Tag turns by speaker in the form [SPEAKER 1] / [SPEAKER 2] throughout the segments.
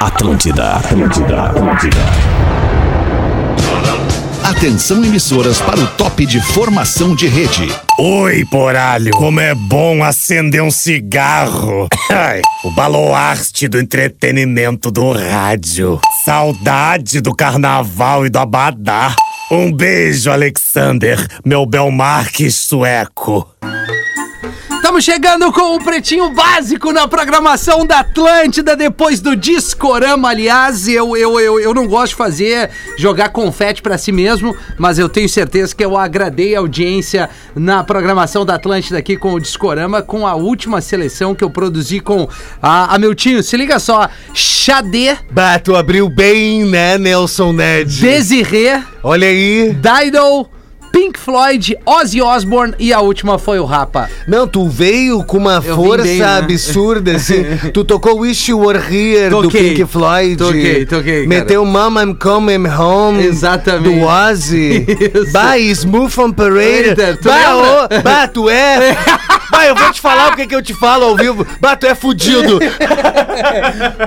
[SPEAKER 1] Atlântida, Atlântida, Atlântida.
[SPEAKER 2] Atenção emissoras para o top de formação de rede.
[SPEAKER 3] Oi, poralho! Como é bom acender um cigarro! Ai, o baluarte do entretenimento do rádio. Saudade do carnaval e do abadá. Um beijo, Alexander, meu Belmarque sueco.
[SPEAKER 4] Estamos chegando com o Pretinho Básico na programação da Atlântida, depois do Discorama, aliás, eu, eu, eu, eu não gosto de fazer, jogar confete pra si mesmo, mas eu tenho certeza que eu agradei a audiência na programação da Atlântida aqui com o Discorama, com a última seleção que eu produzi com a, a Miltinho, se liga só, Xadê,
[SPEAKER 5] Bah, tu abriu bem, né, Nelson Ned?
[SPEAKER 4] Desirê,
[SPEAKER 5] Olha aí.
[SPEAKER 4] Dido, Pink Floyd, Ozzy Osbourne e a última foi o Rapa.
[SPEAKER 5] Não, tu veio com uma
[SPEAKER 4] Eu vim
[SPEAKER 5] força
[SPEAKER 4] bem, né?
[SPEAKER 5] absurda, assim. tu tocou Wish You Were Here do
[SPEAKER 4] Toquei.
[SPEAKER 5] Pink Floyd.
[SPEAKER 4] Toquei, toquei, cara.
[SPEAKER 5] Meteu Mama I'm Coming Home.
[SPEAKER 4] Exatamente.
[SPEAKER 5] Do Ozzy.
[SPEAKER 4] Isso.
[SPEAKER 5] Bah, e Smooth on Parade.
[SPEAKER 4] Eita, tu
[SPEAKER 5] bah,
[SPEAKER 4] lembra?
[SPEAKER 5] ô, bah, tu é. bah, eu vou te falar o que, que eu te falo ao vivo. Bah, tu é fudido.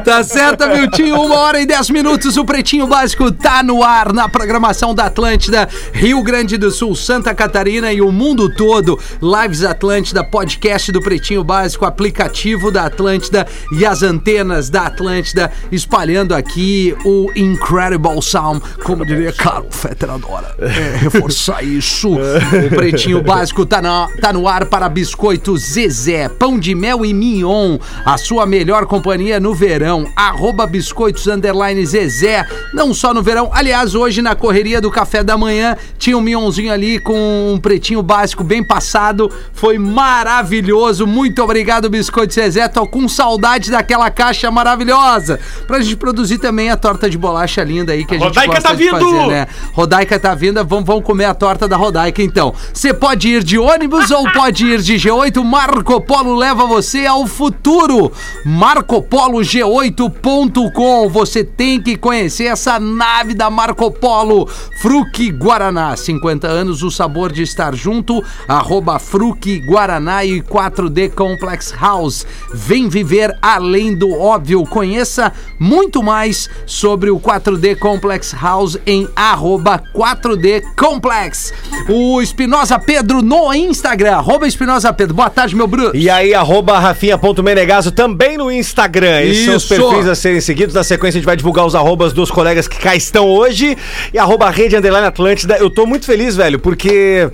[SPEAKER 4] Tá certo, Miltinho? Uma hora e dez minutos. O Pretinho Básico tá no ar na programação da Atlântida, Rio Grande do Sul, Santa Catarina e o mundo todo. Lives Atlântida, podcast do Pretinho Básico, aplicativo da Atlântida e as antenas da Atlântida espalhando aqui o Incredible Sound, como diria Carol Fetteradora. É, reforçar isso. O Pretinho Básico tá, na, tá no ar para Biscoito Zezé, Pão de Mel e Mignon, a sua melhor companhia no verão. Arroba Biscoitos Underline Zezé, não só no verão. Aliás, hoje na correria do café da manhã, tinha um Mionzinho ali com um Pretinho Básico bem passado. Foi maravilhoso. Muito obrigado, Biscoito Zezé. Tô com saudade daquela caixa maravilhosa. Pra gente produzir também a torta de bolacha linda aí que a gente
[SPEAKER 3] Rodaica
[SPEAKER 4] gosta
[SPEAKER 3] tá
[SPEAKER 4] de
[SPEAKER 3] vindo!
[SPEAKER 4] fazer, né? Rodaica tá vinda, vamos, vamos comer a torta da Rodaica então. Você pode ir de ônibus ou pode ir de G8. Marco Polo leva você ao futuro. MarcoPoloG8.com. Você tem que conhecer essa nave da Marco Polo. Fruque Guaraná, 50 anos, o sabor de estar junto. Arroba Fruque Guaraná e 4D Complex House. Vem viver além do óbvio. Conheça muito mais sobre o 4D Complex House em arroba 4D Complex. O Espinosa Pedro no Instagram, arroba Espinosa Pedro. Boa tarde, meu Bruno.
[SPEAKER 6] E aí, arroba rafinha.menegaso também no Instagram. Esses são os
[SPEAKER 4] Isso.
[SPEAKER 6] perfis a serem seguidos. Na sequência, a gente vai divulgar os arrobas dos colegas que cá estão hoje. E arroba rede underline Atlântida. Eu tô muito feliz, velho, porque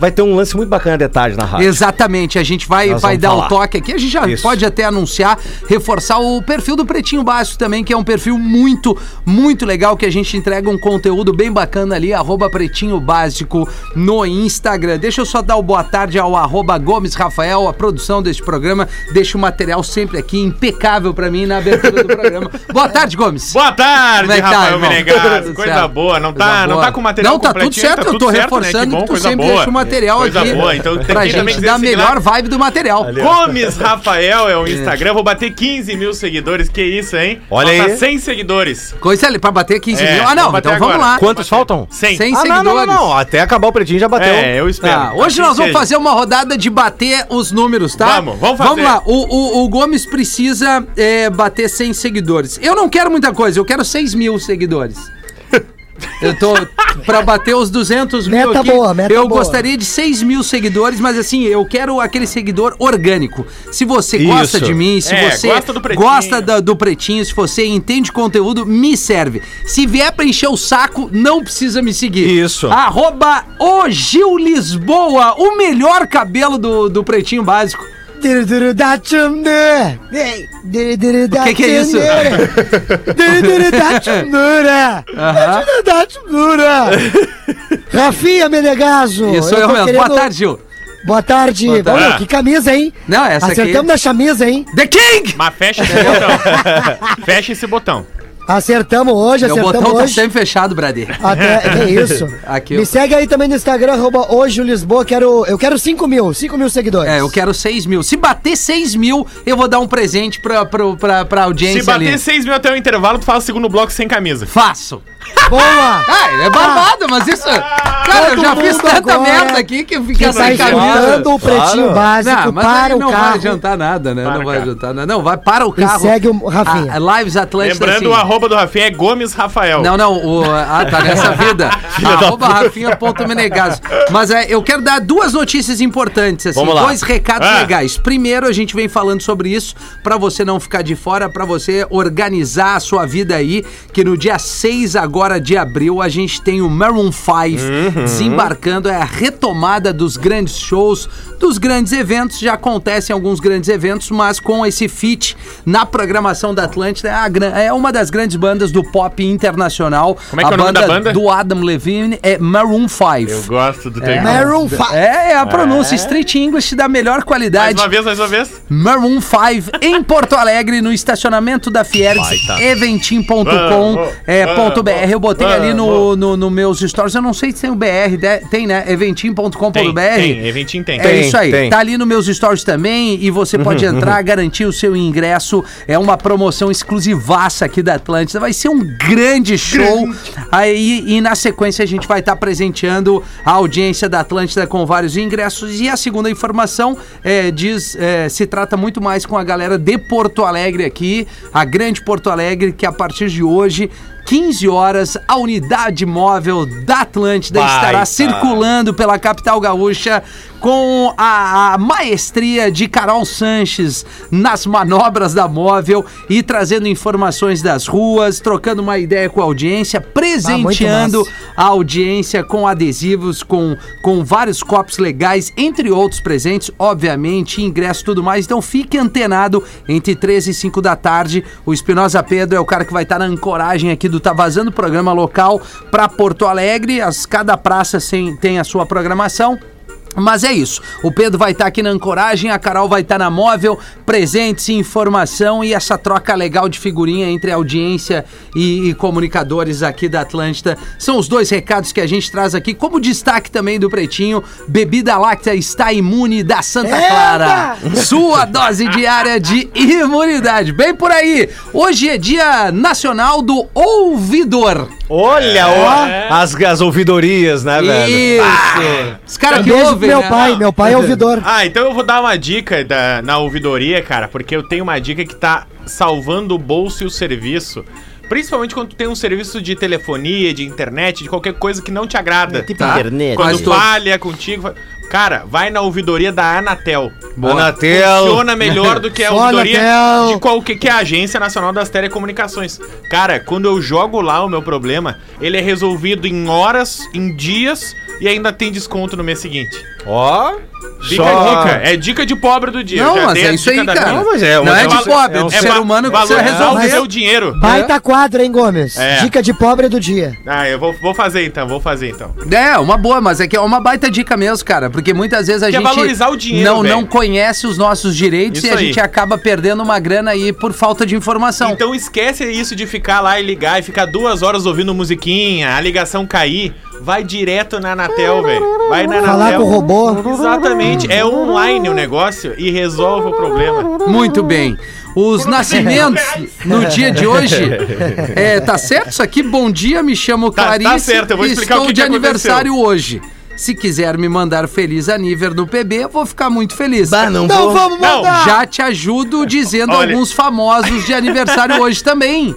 [SPEAKER 6] vai ter um lance muito bacana de tarde na rádio.
[SPEAKER 4] Exatamente, a gente vai,
[SPEAKER 6] Nós
[SPEAKER 4] vai
[SPEAKER 6] vamos
[SPEAKER 4] dar o
[SPEAKER 6] falar.
[SPEAKER 4] toque aqui. A gente já
[SPEAKER 6] Isso.
[SPEAKER 4] pode até anunciar, reforçar o perfil do Pretinho Básico também, que é um perfil muito, muito legal, que a gente entrega um conteúdo bem bacana ali, arroba Pretinho Básico no Instagram. Deixa eu só dar o boa tarde ao arroba Gomes Rafael, a produção deste programa. Deixa o material sempre aqui, impecável pra mim, na abertura do programa. Boa tarde, Gomes.
[SPEAKER 7] Boa tarde,
[SPEAKER 4] Como é que tá,
[SPEAKER 7] Rafael
[SPEAKER 4] irmão?
[SPEAKER 7] Menegas.
[SPEAKER 4] Tudo
[SPEAKER 7] Coisa
[SPEAKER 4] certo.
[SPEAKER 7] boa, não
[SPEAKER 4] Coisa
[SPEAKER 7] tá, não
[SPEAKER 4] boa.
[SPEAKER 7] tá com o material
[SPEAKER 4] Não, tá tudo
[SPEAKER 7] completinho,
[SPEAKER 4] certo, eu
[SPEAKER 7] tudo
[SPEAKER 4] tô
[SPEAKER 7] certo, né?
[SPEAKER 4] reforçando que tu
[SPEAKER 7] coisa
[SPEAKER 4] sempre deixa o material
[SPEAKER 7] coisa
[SPEAKER 4] aqui
[SPEAKER 7] Boa. Então, tem
[SPEAKER 4] pra
[SPEAKER 7] que também
[SPEAKER 4] gente
[SPEAKER 7] dizer
[SPEAKER 4] dar a
[SPEAKER 7] esse
[SPEAKER 4] melhor
[SPEAKER 7] lado.
[SPEAKER 4] vibe do material.
[SPEAKER 7] Gomes Rafael é o Instagram, vou bater 15 mil seguidores, que isso, hein?
[SPEAKER 6] Olha
[SPEAKER 7] Falta
[SPEAKER 6] aí.
[SPEAKER 7] 100 seguidores.
[SPEAKER 4] Coisa ali, pra bater 15
[SPEAKER 7] É,
[SPEAKER 4] mil. Ah, não,
[SPEAKER 7] vamos bater
[SPEAKER 4] então vamos
[SPEAKER 7] agora.
[SPEAKER 4] lá.
[SPEAKER 6] Quantos faltam?
[SPEAKER 7] 100.
[SPEAKER 4] 100
[SPEAKER 6] Ah, não, não, não,
[SPEAKER 4] seguidores.
[SPEAKER 6] não. Até acabar o pretinho já bateu.
[SPEAKER 7] É, eu espero.
[SPEAKER 4] Tá, hoje
[SPEAKER 7] Assim
[SPEAKER 4] nós vamos
[SPEAKER 7] seja.
[SPEAKER 4] fazer uma rodada de bater os números, tá?
[SPEAKER 7] Vamos, vamos fazer.
[SPEAKER 4] Vamos lá, o, o- o Gomes precisa é, bater 100 seguidores. Eu não quero muita coisa, eu quero 6 mil seguidores. Eu tô pra bater os 200 mil
[SPEAKER 8] Meta
[SPEAKER 4] aqui.
[SPEAKER 8] boa, meta
[SPEAKER 4] eu
[SPEAKER 8] boa.
[SPEAKER 4] gostaria de 6 mil seguidores, mas assim, eu quero aquele seguidor orgânico. Se você gosta
[SPEAKER 6] Isso.
[SPEAKER 4] de mim, se
[SPEAKER 7] É,
[SPEAKER 4] você
[SPEAKER 7] gosta do Pretinho.
[SPEAKER 4] gosta da- do pretinho, se você entende conteúdo, me serve. Se vier pra encher o saco, não precisa me seguir.
[SPEAKER 6] Isso.
[SPEAKER 4] Arroba o Gil Lisboa, o melhor cabelo do, do pretinho básico.
[SPEAKER 8] Diruduru da tchumdura. Ei, diruduru da
[SPEAKER 4] que que é isso?
[SPEAKER 8] tchumdura. Diruduru da tchumdura. Diruduru da tchumdura. Rafinha Menegaso.
[SPEAKER 4] Isso eu
[SPEAKER 8] tô
[SPEAKER 4] mesmo.
[SPEAKER 8] querendo-
[SPEAKER 4] Boa tarde, Gil.
[SPEAKER 8] Boa tarde.
[SPEAKER 4] Boa tarde.
[SPEAKER 8] Olha, que camisa, hein?
[SPEAKER 4] Não, essa aqui-
[SPEAKER 8] Acertamos na chamisa, hein?
[SPEAKER 4] The King!
[SPEAKER 7] Mas fecha esse botão. fecha esse botão.
[SPEAKER 8] Acertamos hoje,
[SPEAKER 4] Meu
[SPEAKER 8] acertamos
[SPEAKER 4] botão tá
[SPEAKER 8] hoje.
[SPEAKER 4] sempre fechado, Bradê.
[SPEAKER 8] Até, é isso.
[SPEAKER 4] Aqui, ó.
[SPEAKER 8] Me segue aí também no Instagram, arroba hoje o Lisboa. Quero, eu quero 5 mil, 5 mil seguidores.
[SPEAKER 4] É, eu quero 6 mil. Se bater 6 mil, eu vou dar um presente pra, pra, pra, pra audiência
[SPEAKER 7] Se bater
[SPEAKER 4] ali.
[SPEAKER 7] 6 mil até o intervalo, tu faz o segundo bloco sem camisa.
[SPEAKER 4] Faço.
[SPEAKER 8] Boa!
[SPEAKER 4] Ah, é barbado, mas isso.
[SPEAKER 7] Ah!
[SPEAKER 4] Cara, eu
[SPEAKER 8] Todo
[SPEAKER 4] já fiz
[SPEAKER 8] mundo
[SPEAKER 4] tanta
[SPEAKER 8] agora
[SPEAKER 4] merda aqui que fica
[SPEAKER 8] Quem tá
[SPEAKER 4] sem
[SPEAKER 8] escutando
[SPEAKER 4] camisa.
[SPEAKER 8] o pretinho básico
[SPEAKER 4] Não, mas
[SPEAKER 8] para
[SPEAKER 4] aí
[SPEAKER 8] o
[SPEAKER 4] não vai
[SPEAKER 8] carro.
[SPEAKER 4] adiantar nada, né? não
[SPEAKER 7] o
[SPEAKER 4] vai
[SPEAKER 7] carro.
[SPEAKER 4] adiantar nada. Não, vai para o carro.
[SPEAKER 8] segue o Rafinha.
[SPEAKER 4] A- a Lives Atlântica.
[SPEAKER 7] Lembrando, o
[SPEAKER 4] assim.
[SPEAKER 7] arroba do Rafinha é Gomes Rafael.
[SPEAKER 4] Não, não, o, ah, tá nessa vida. Arroba Rafinha.menegaso. Mas é, eu quero dar duas notícias importantes, assim,
[SPEAKER 5] Vamos lá.
[SPEAKER 4] dois recados
[SPEAKER 7] Ah.
[SPEAKER 4] legais. Primeiro, a gente vem falando sobre isso pra você não ficar de fora, pra você organizar a sua vida aí, que no dia 6 agora de abril a gente tem o Maroon 5
[SPEAKER 7] Uhum.
[SPEAKER 4] desembarcando, é a retomada dos grandes shows, dos grandes eventos, já acontecem alguns grandes eventos, mas com esse feat na programação da Atlântida, é a gran- é uma das grandes bandas do pop internacional.
[SPEAKER 7] Como é que
[SPEAKER 4] a
[SPEAKER 7] é o nome da banda?
[SPEAKER 4] do Adam Levine é Maroon 5.
[SPEAKER 7] Eu gosto do teu
[SPEAKER 8] Maroon 5.
[SPEAKER 4] É, é a pronúncia Street English da melhor
[SPEAKER 7] Mais
[SPEAKER 4] qualidade.
[SPEAKER 7] uma vez, mais uma vez.
[SPEAKER 4] Maroon 5 em Porto Alegre, no estacionamento da Fiergs,
[SPEAKER 7] tá.
[SPEAKER 4] eventim.com.br.
[SPEAKER 7] Vamos,
[SPEAKER 4] é,
[SPEAKER 7] vamos,
[SPEAKER 4] eu botei ali no,
[SPEAKER 7] vamos.
[SPEAKER 4] no, no meus stories. Eu não sei se tem o BR, de- tem, né? Eventim.com.br.
[SPEAKER 7] Tem, tem, eventinho tem.
[SPEAKER 4] É
[SPEAKER 6] Tem,
[SPEAKER 4] isso aí.
[SPEAKER 6] tem. Uhum,
[SPEAKER 4] Tá ali no meus stories também e você pode entrar, garantir o seu ingresso. É uma promoção exclusivaça aqui da Atlântida. Vai ser um grande show. Aí e na sequência a gente vai estar presenteando a audiência da Atlântida com vários ingressos. E a segunda informação é, diz é, se trata muito mais com a galera de Porto Alegre aqui, a grande Porto Alegre que a partir de hoje 15 horas, a unidade móvel da Atlântida estará circulando pela capital gaúcha com a, a maestria de Carol Sanches nas manobras da móvel e trazendo informações das ruas, trocando uma ideia com a audiência, presenteando
[SPEAKER 8] massa.
[SPEAKER 4] a audiência com adesivos, com, com vários copos legais, entre outros presentes, obviamente, ingresso e tudo mais. Então fique antenado entre 13 e 5 da tarde. O Espinosa Pedro é o cara que vai estar na ancoragem aqui do Tá Vazando, programa local para Porto Alegre. As, cada praça sem- tem a sua programação. Mas é isso. O Pedro vai estar aqui na ancoragem, a Carol vai estar na móvel, presentes, informação e essa troca legal de figurinha entre audiência e, e comunicadores aqui da Atlântida. São os dois recados que a gente traz aqui, como destaque também do Pretinho, bebida láctea está imune da Santa Clara. Sua dose diária de imunidade. Bem por aí. Hoje é dia nacional do ouvidor.
[SPEAKER 6] Olha, ó, as, as ouvidorias, né, velho? Ah,
[SPEAKER 4] Isso. Os caras que
[SPEAKER 8] Um Beijo pro
[SPEAKER 4] ouvem,
[SPEAKER 8] meu
[SPEAKER 4] né?
[SPEAKER 8] pai, meu pai é ouvidor.
[SPEAKER 7] Ah, então eu vou dar uma dica da, na ouvidoria, cara, porque eu tenho uma dica que tá salvando o bolso e o serviço. Principalmente quando tu tem um serviço de telefonia, de internet, de qualquer coisa que não te
[SPEAKER 4] É,
[SPEAKER 7] agrada.
[SPEAKER 5] tipo
[SPEAKER 7] tá?
[SPEAKER 5] internet.
[SPEAKER 4] Mas
[SPEAKER 7] Quando
[SPEAKER 4] tu-
[SPEAKER 7] falha contigo. fa- Cara, vai na ouvidoria da Anatel.
[SPEAKER 6] Boa. Anatel.
[SPEAKER 7] Funciona melhor do que a
[SPEAKER 8] Só
[SPEAKER 7] ouvidoria
[SPEAKER 8] Anatel.
[SPEAKER 7] de qualquer que é a Agência Nacional das Telecomunicações. Cara, quando eu jogo lá o meu problema, ele é resolvido em horas, em dias e ainda tem desconto no mês seguinte.
[SPEAKER 6] Ó,
[SPEAKER 7] Dica,
[SPEAKER 6] só-
[SPEAKER 7] dica. É dica de pobre do dia.
[SPEAKER 4] Não,
[SPEAKER 7] Já
[SPEAKER 4] mas
[SPEAKER 7] dei
[SPEAKER 4] é
[SPEAKER 7] a
[SPEAKER 4] isso
[SPEAKER 7] dica
[SPEAKER 4] aí,
[SPEAKER 7] da
[SPEAKER 4] cara.
[SPEAKER 7] minha.
[SPEAKER 6] Não, mas é,
[SPEAKER 4] Não
[SPEAKER 6] uma-
[SPEAKER 4] é de
[SPEAKER 7] Valo-
[SPEAKER 4] pobre, é do
[SPEAKER 7] é
[SPEAKER 4] ser
[SPEAKER 7] va-
[SPEAKER 4] humano que
[SPEAKER 7] valor-
[SPEAKER 4] precisa resolver.
[SPEAKER 7] Resolve o dinheiro.
[SPEAKER 8] Baita tá quadra, hein, Gomes?
[SPEAKER 7] É.
[SPEAKER 8] Dica de pobre do dia.
[SPEAKER 7] Ah, eu vou, vou fazer então, vou fazer então.
[SPEAKER 4] É, uma boa, mas é que é uma baita dica mesmo, cara, porque muitas vezes a
[SPEAKER 7] Que é
[SPEAKER 4] gente
[SPEAKER 7] valorizar o dinheiro,
[SPEAKER 4] não,
[SPEAKER 7] velho.
[SPEAKER 4] não conhece os nossos direitos
[SPEAKER 7] Isso
[SPEAKER 4] e a
[SPEAKER 7] aí.
[SPEAKER 4] gente acaba perdendo uma grana aí por falta de informação.
[SPEAKER 7] Então esquece isso de ficar lá e ligar e ficar duas horas ouvindo musiquinha, a ligação cair. Vai direto na Anatel, velho. Vai na
[SPEAKER 8] Falar
[SPEAKER 7] Anatel.
[SPEAKER 8] com o robô.
[SPEAKER 7] Exatamente. É online o negócio e resolve o problema.
[SPEAKER 4] Muito bem. Os nascimentos no dia de hoje. É, tá certo isso aqui? Bom dia, me chamo
[SPEAKER 7] Tá- tá
[SPEAKER 4] Clarice.
[SPEAKER 7] certo, eu vou
[SPEAKER 4] e
[SPEAKER 7] explicar
[SPEAKER 4] estou
[SPEAKER 7] o que
[SPEAKER 4] de
[SPEAKER 7] que
[SPEAKER 4] aniversário hoje. Se quiser me mandar feliz aniver no PB, eu vou ficar muito feliz.
[SPEAKER 8] Então vamos
[SPEAKER 7] Não,
[SPEAKER 8] mandar!
[SPEAKER 5] Ah.
[SPEAKER 4] Já te ajudo dizendo
[SPEAKER 7] Olha.
[SPEAKER 4] alguns famosos de aniversário hoje também.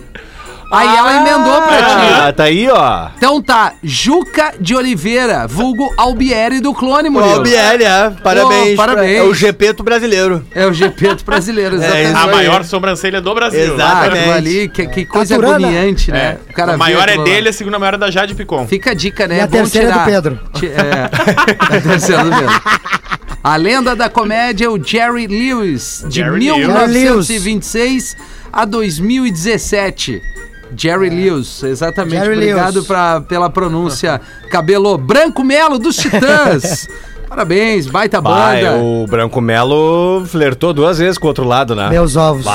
[SPEAKER 4] Aí
[SPEAKER 5] Ah.
[SPEAKER 4] ela emendou pra ti.
[SPEAKER 6] ah, tá aí, ó.
[SPEAKER 4] Então tá, Juca de Oliveira, vulgo Albieri do clone, Murilo.
[SPEAKER 5] Albieri, é. Parabéns.
[SPEAKER 4] Pô, parabéns.
[SPEAKER 5] pra- É o Gepeto brasileiro.
[SPEAKER 4] É o GP do brasileiro,
[SPEAKER 5] É
[SPEAKER 9] É
[SPEAKER 5] isso
[SPEAKER 7] A
[SPEAKER 5] aí. Tá
[SPEAKER 7] maior sobrancelha do Brasil.
[SPEAKER 4] Ah,
[SPEAKER 5] Exatamente.
[SPEAKER 4] aquilo ali, que, que coisa
[SPEAKER 8] Taturana.
[SPEAKER 4] agoniante, né? O
[SPEAKER 7] A
[SPEAKER 4] vê
[SPEAKER 7] maior é
[SPEAKER 4] aquilo lá.
[SPEAKER 7] dele, a segunda maior é da Jade Picon.
[SPEAKER 4] Fica a dica,
[SPEAKER 8] E
[SPEAKER 4] né?
[SPEAKER 8] a
[SPEAKER 4] É bom
[SPEAKER 8] terceira é do Pedro.
[SPEAKER 4] Ti- É, a terceira é do Pedro. A lenda da comédia é o Jerry Lewis, de
[SPEAKER 7] Jerry
[SPEAKER 4] 1926 a 2017. Jerry Lewis, exatamente.
[SPEAKER 8] Jerry
[SPEAKER 4] Obrigado
[SPEAKER 8] Lewis.
[SPEAKER 4] pra- pela pronúncia. Cabelo branco melo dos Titãs. Parabéns, baita
[SPEAKER 9] Bah,
[SPEAKER 4] banda.
[SPEAKER 9] o Branco Melo flertou duas vezes com o outro lado, né?
[SPEAKER 8] Meus ovos.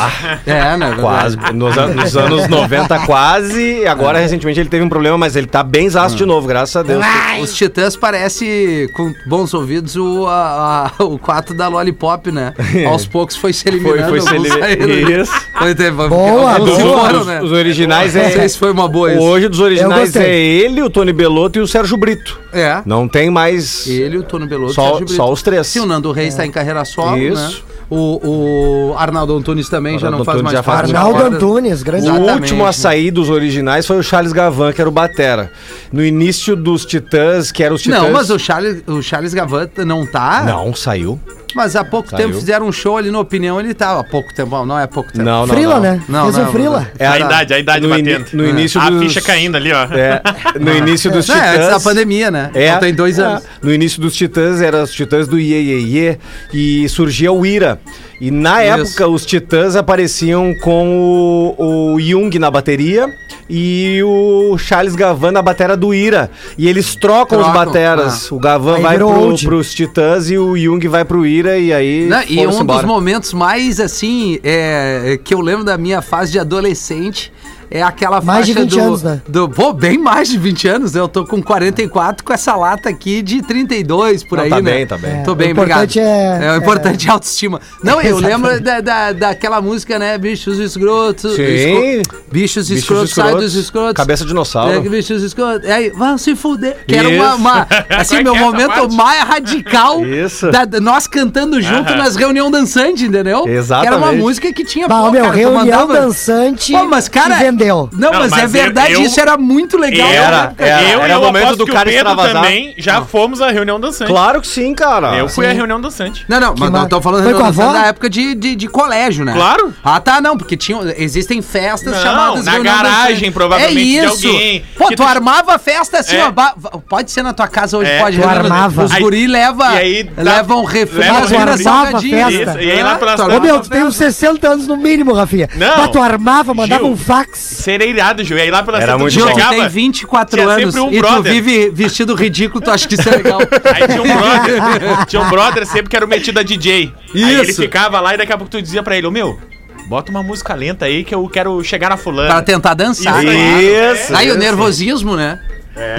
[SPEAKER 4] É, né?
[SPEAKER 9] Quase. Nos, an- nos anos 90, quase. E
[SPEAKER 4] Ah.
[SPEAKER 9] agora, recentemente, ele teve um problema, mas ele tá bem zaço de novo, graças a Deus.
[SPEAKER 4] Os Titãs parece, com bons ouvidos, o, a- a- o 4 da Lollipop, né? Aos poucos foi se eliminando.
[SPEAKER 9] Foi, foi se
[SPEAKER 4] alguns
[SPEAKER 9] elimi-
[SPEAKER 4] saíram.
[SPEAKER 9] Isso.
[SPEAKER 4] Foi, teve,
[SPEAKER 8] Boa,
[SPEAKER 4] alguns se
[SPEAKER 8] boa.
[SPEAKER 4] foram,
[SPEAKER 9] Os-
[SPEAKER 4] né?
[SPEAKER 9] Os originais
[SPEAKER 4] Não sei
[SPEAKER 9] é.
[SPEAKER 4] se foi uma boa isso.
[SPEAKER 9] Hoje dos originais
[SPEAKER 8] gostei.
[SPEAKER 9] é ele, o Tony Belotto e o Sérgio Brito.
[SPEAKER 4] É.
[SPEAKER 9] Não tem mais.
[SPEAKER 4] Ele, o Tono Belotto,
[SPEAKER 9] Só-
[SPEAKER 4] Sérgio Brito.
[SPEAKER 9] só os três.
[SPEAKER 4] Sim, o Nando Reis está em carreira solo,
[SPEAKER 9] Isso.
[SPEAKER 4] né? O, o Arnaldo Antunes também já
[SPEAKER 9] Arnaldo
[SPEAKER 4] não faz
[SPEAKER 9] Antunes
[SPEAKER 4] mais
[SPEAKER 9] já faz
[SPEAKER 4] parte.
[SPEAKER 8] Arnaldo
[SPEAKER 4] Agora-
[SPEAKER 8] Antunes, grande.
[SPEAKER 9] O
[SPEAKER 4] Exatamente,
[SPEAKER 9] último a
[SPEAKER 4] né?
[SPEAKER 9] sair dos originais foi o Charles Gavan, que era o Batera. No início dos Titãs, que era os Titãs.
[SPEAKER 4] Não, mas o Charles, o Charles Gavan não tá.
[SPEAKER 9] Não, saiu.
[SPEAKER 4] Mas há pouco
[SPEAKER 9] Saiu.
[SPEAKER 4] tempo fizeram um show ali na opinião, ele tava. Há pouco tempo, não, não é há pouco tempo.
[SPEAKER 9] Não, não.
[SPEAKER 8] Frila,
[SPEAKER 9] não.
[SPEAKER 8] né?
[SPEAKER 4] Não,
[SPEAKER 8] Fez
[SPEAKER 4] não,
[SPEAKER 8] o Frila.
[SPEAKER 9] Era-
[SPEAKER 7] a idade, a idade
[SPEAKER 9] no ini-
[SPEAKER 7] batendo.
[SPEAKER 9] no início
[SPEAKER 7] A
[SPEAKER 9] dos-
[SPEAKER 7] ficha caindo ali, ó.
[SPEAKER 9] É, no início dos
[SPEAKER 4] Não, é
[SPEAKER 9] Titãs.
[SPEAKER 4] antes da pandemia, né? Então tem dois
[SPEAKER 9] é.
[SPEAKER 8] Ah.
[SPEAKER 4] anos.
[SPEAKER 9] No início dos Titãs, eram os Titãs do Iê, Iê, Iê e surgia o Ira. E na
[SPEAKER 4] Isso.
[SPEAKER 9] época, os Titãs apareciam com o, o Jung na bateria e o Charles Gavan na batera do Ira. E eles trocam, os
[SPEAKER 4] Trocam, é.
[SPEAKER 9] bateras. O Gavan
[SPEAKER 8] Aí
[SPEAKER 9] vai
[SPEAKER 8] virou
[SPEAKER 9] pro,
[SPEAKER 8] old.
[SPEAKER 9] pros Titãs e o Jung vai pro Ira e aí
[SPEAKER 4] Né? E
[SPEAKER 9] foram-se
[SPEAKER 4] um dos
[SPEAKER 9] embora.
[SPEAKER 4] momentos mais, assim, é, que eu lembro da minha fase de adolescente é aquela
[SPEAKER 8] Mais de
[SPEAKER 4] faixa
[SPEAKER 8] 20
[SPEAKER 4] do,
[SPEAKER 8] anos, né?
[SPEAKER 4] do... Pô, bem mais de 20 anos. né? Eu tô com 44 com essa lata aqui de 32 por
[SPEAKER 9] Não,
[SPEAKER 4] aí,
[SPEAKER 9] tá
[SPEAKER 4] né?
[SPEAKER 9] bem, tá bem.
[SPEAKER 4] Tô bem,
[SPEAKER 8] É, o importante
[SPEAKER 4] obrigado.
[SPEAKER 8] é-
[SPEAKER 4] o importante é a autoestima. Não, eu lembro da, da, daquela música, né? Bichos escrotos.
[SPEAKER 9] Sim.
[SPEAKER 4] escro- Bichos escrotos, sai
[SPEAKER 9] escrotos,
[SPEAKER 4] dos escrotos.
[SPEAKER 9] Cabeça de dinossauro.
[SPEAKER 4] É, que bichos escrotos. É, vão se fuder. Que era uma,
[SPEAKER 9] Isso.
[SPEAKER 4] uma-
[SPEAKER 7] Qual é
[SPEAKER 4] assim, meu
[SPEAKER 7] que é essa
[SPEAKER 4] momento
[SPEAKER 7] parte?
[SPEAKER 4] mais radical
[SPEAKER 9] Isso.
[SPEAKER 4] da- da- nós cantando junto nas reuniões dançantes, entendeu?
[SPEAKER 9] Exatamente.
[SPEAKER 4] Que era uma música que tinha.
[SPEAKER 8] Bah,
[SPEAKER 4] pô,
[SPEAKER 8] meu,
[SPEAKER 4] cara, tu
[SPEAKER 8] reunião
[SPEAKER 4] mandava-
[SPEAKER 8] dançante
[SPEAKER 4] Pô, mas cara.
[SPEAKER 8] que vendeu.
[SPEAKER 4] Não,
[SPEAKER 7] Não,
[SPEAKER 4] mas, é
[SPEAKER 7] mas eu-
[SPEAKER 4] verdade,
[SPEAKER 7] eu-
[SPEAKER 4] isso era muito legal.
[SPEAKER 7] Eu-
[SPEAKER 9] Era, era,
[SPEAKER 7] eu
[SPEAKER 9] era
[SPEAKER 7] e
[SPEAKER 9] o
[SPEAKER 7] eu
[SPEAKER 9] momento
[SPEAKER 7] aposto
[SPEAKER 9] do
[SPEAKER 7] que
[SPEAKER 9] cara
[SPEAKER 7] o Pedro
[SPEAKER 9] extravasar.
[SPEAKER 7] também já fomos à reunião dançante.
[SPEAKER 9] Claro que sim, cara.
[SPEAKER 7] Eu fui à reunião dançante.
[SPEAKER 4] Não, não, mas
[SPEAKER 8] ma-
[SPEAKER 4] nós estamos falando
[SPEAKER 8] Foi com a
[SPEAKER 4] reunião
[SPEAKER 8] avó?
[SPEAKER 4] da época de, de, de colégio, né?
[SPEAKER 7] Claro.
[SPEAKER 4] Ah, tá, não, porque tinha, existem festas
[SPEAKER 7] Não,
[SPEAKER 4] chamadas
[SPEAKER 7] na
[SPEAKER 4] reunião
[SPEAKER 7] garagem,
[SPEAKER 4] dançante.
[SPEAKER 7] provavelmente, de
[SPEAKER 4] É isso.
[SPEAKER 7] alguém.
[SPEAKER 4] Pô,
[SPEAKER 7] Que
[SPEAKER 4] tu
[SPEAKER 7] tu-
[SPEAKER 4] armava festa assim,
[SPEAKER 7] É.
[SPEAKER 4] ó. ba- Pode ser na tua casa hoje,
[SPEAKER 7] É.
[SPEAKER 4] pode.
[SPEAKER 7] Tu
[SPEAKER 4] né?
[SPEAKER 8] armava.
[SPEAKER 4] Os
[SPEAKER 7] Aí-
[SPEAKER 4] guri leva,
[SPEAKER 7] e aí dá-
[SPEAKER 4] levam refri,
[SPEAKER 7] leva
[SPEAKER 4] umas minas
[SPEAKER 8] refri.
[SPEAKER 4] salgadinhas.
[SPEAKER 8] Isso,
[SPEAKER 7] e aí lá
[SPEAKER 4] Ah,
[SPEAKER 7] pelas
[SPEAKER 4] tu
[SPEAKER 7] tantas-
[SPEAKER 8] Ô,
[SPEAKER 4] armava
[SPEAKER 8] meu, tu tem
[SPEAKER 4] festa.
[SPEAKER 8] uns 60 anos no mínimo, Rafinha.
[SPEAKER 7] Não.
[SPEAKER 8] Mas tu armava, mandava
[SPEAKER 7] Gil.
[SPEAKER 8] um fax.
[SPEAKER 7] Sereirado, Ju. E aí lá pela
[SPEAKER 9] Era
[SPEAKER 7] sexta
[SPEAKER 9] muito
[SPEAKER 7] tu
[SPEAKER 4] Gil,
[SPEAKER 9] bom.
[SPEAKER 4] tu
[SPEAKER 7] chegava.
[SPEAKER 4] tem 24
[SPEAKER 7] tinha
[SPEAKER 4] anos
[SPEAKER 7] sempre um
[SPEAKER 4] e tu
[SPEAKER 7] brother.
[SPEAKER 4] vive vestido ridículo, tu acha que isso é legal.
[SPEAKER 7] Aí tinha um brother, tinha um brother sempre que era o metido a DJ. Aí ele
[SPEAKER 4] Isso.
[SPEAKER 7] ficava lá e daqui a pouco tu dizia pra ele, ô meu, bota uma música lenta aí que eu quero chegar na fulana.
[SPEAKER 4] pra tentar dançar.
[SPEAKER 7] Isso. É.
[SPEAKER 4] claro.
[SPEAKER 9] Isso.
[SPEAKER 4] Aí o nervosismo, né?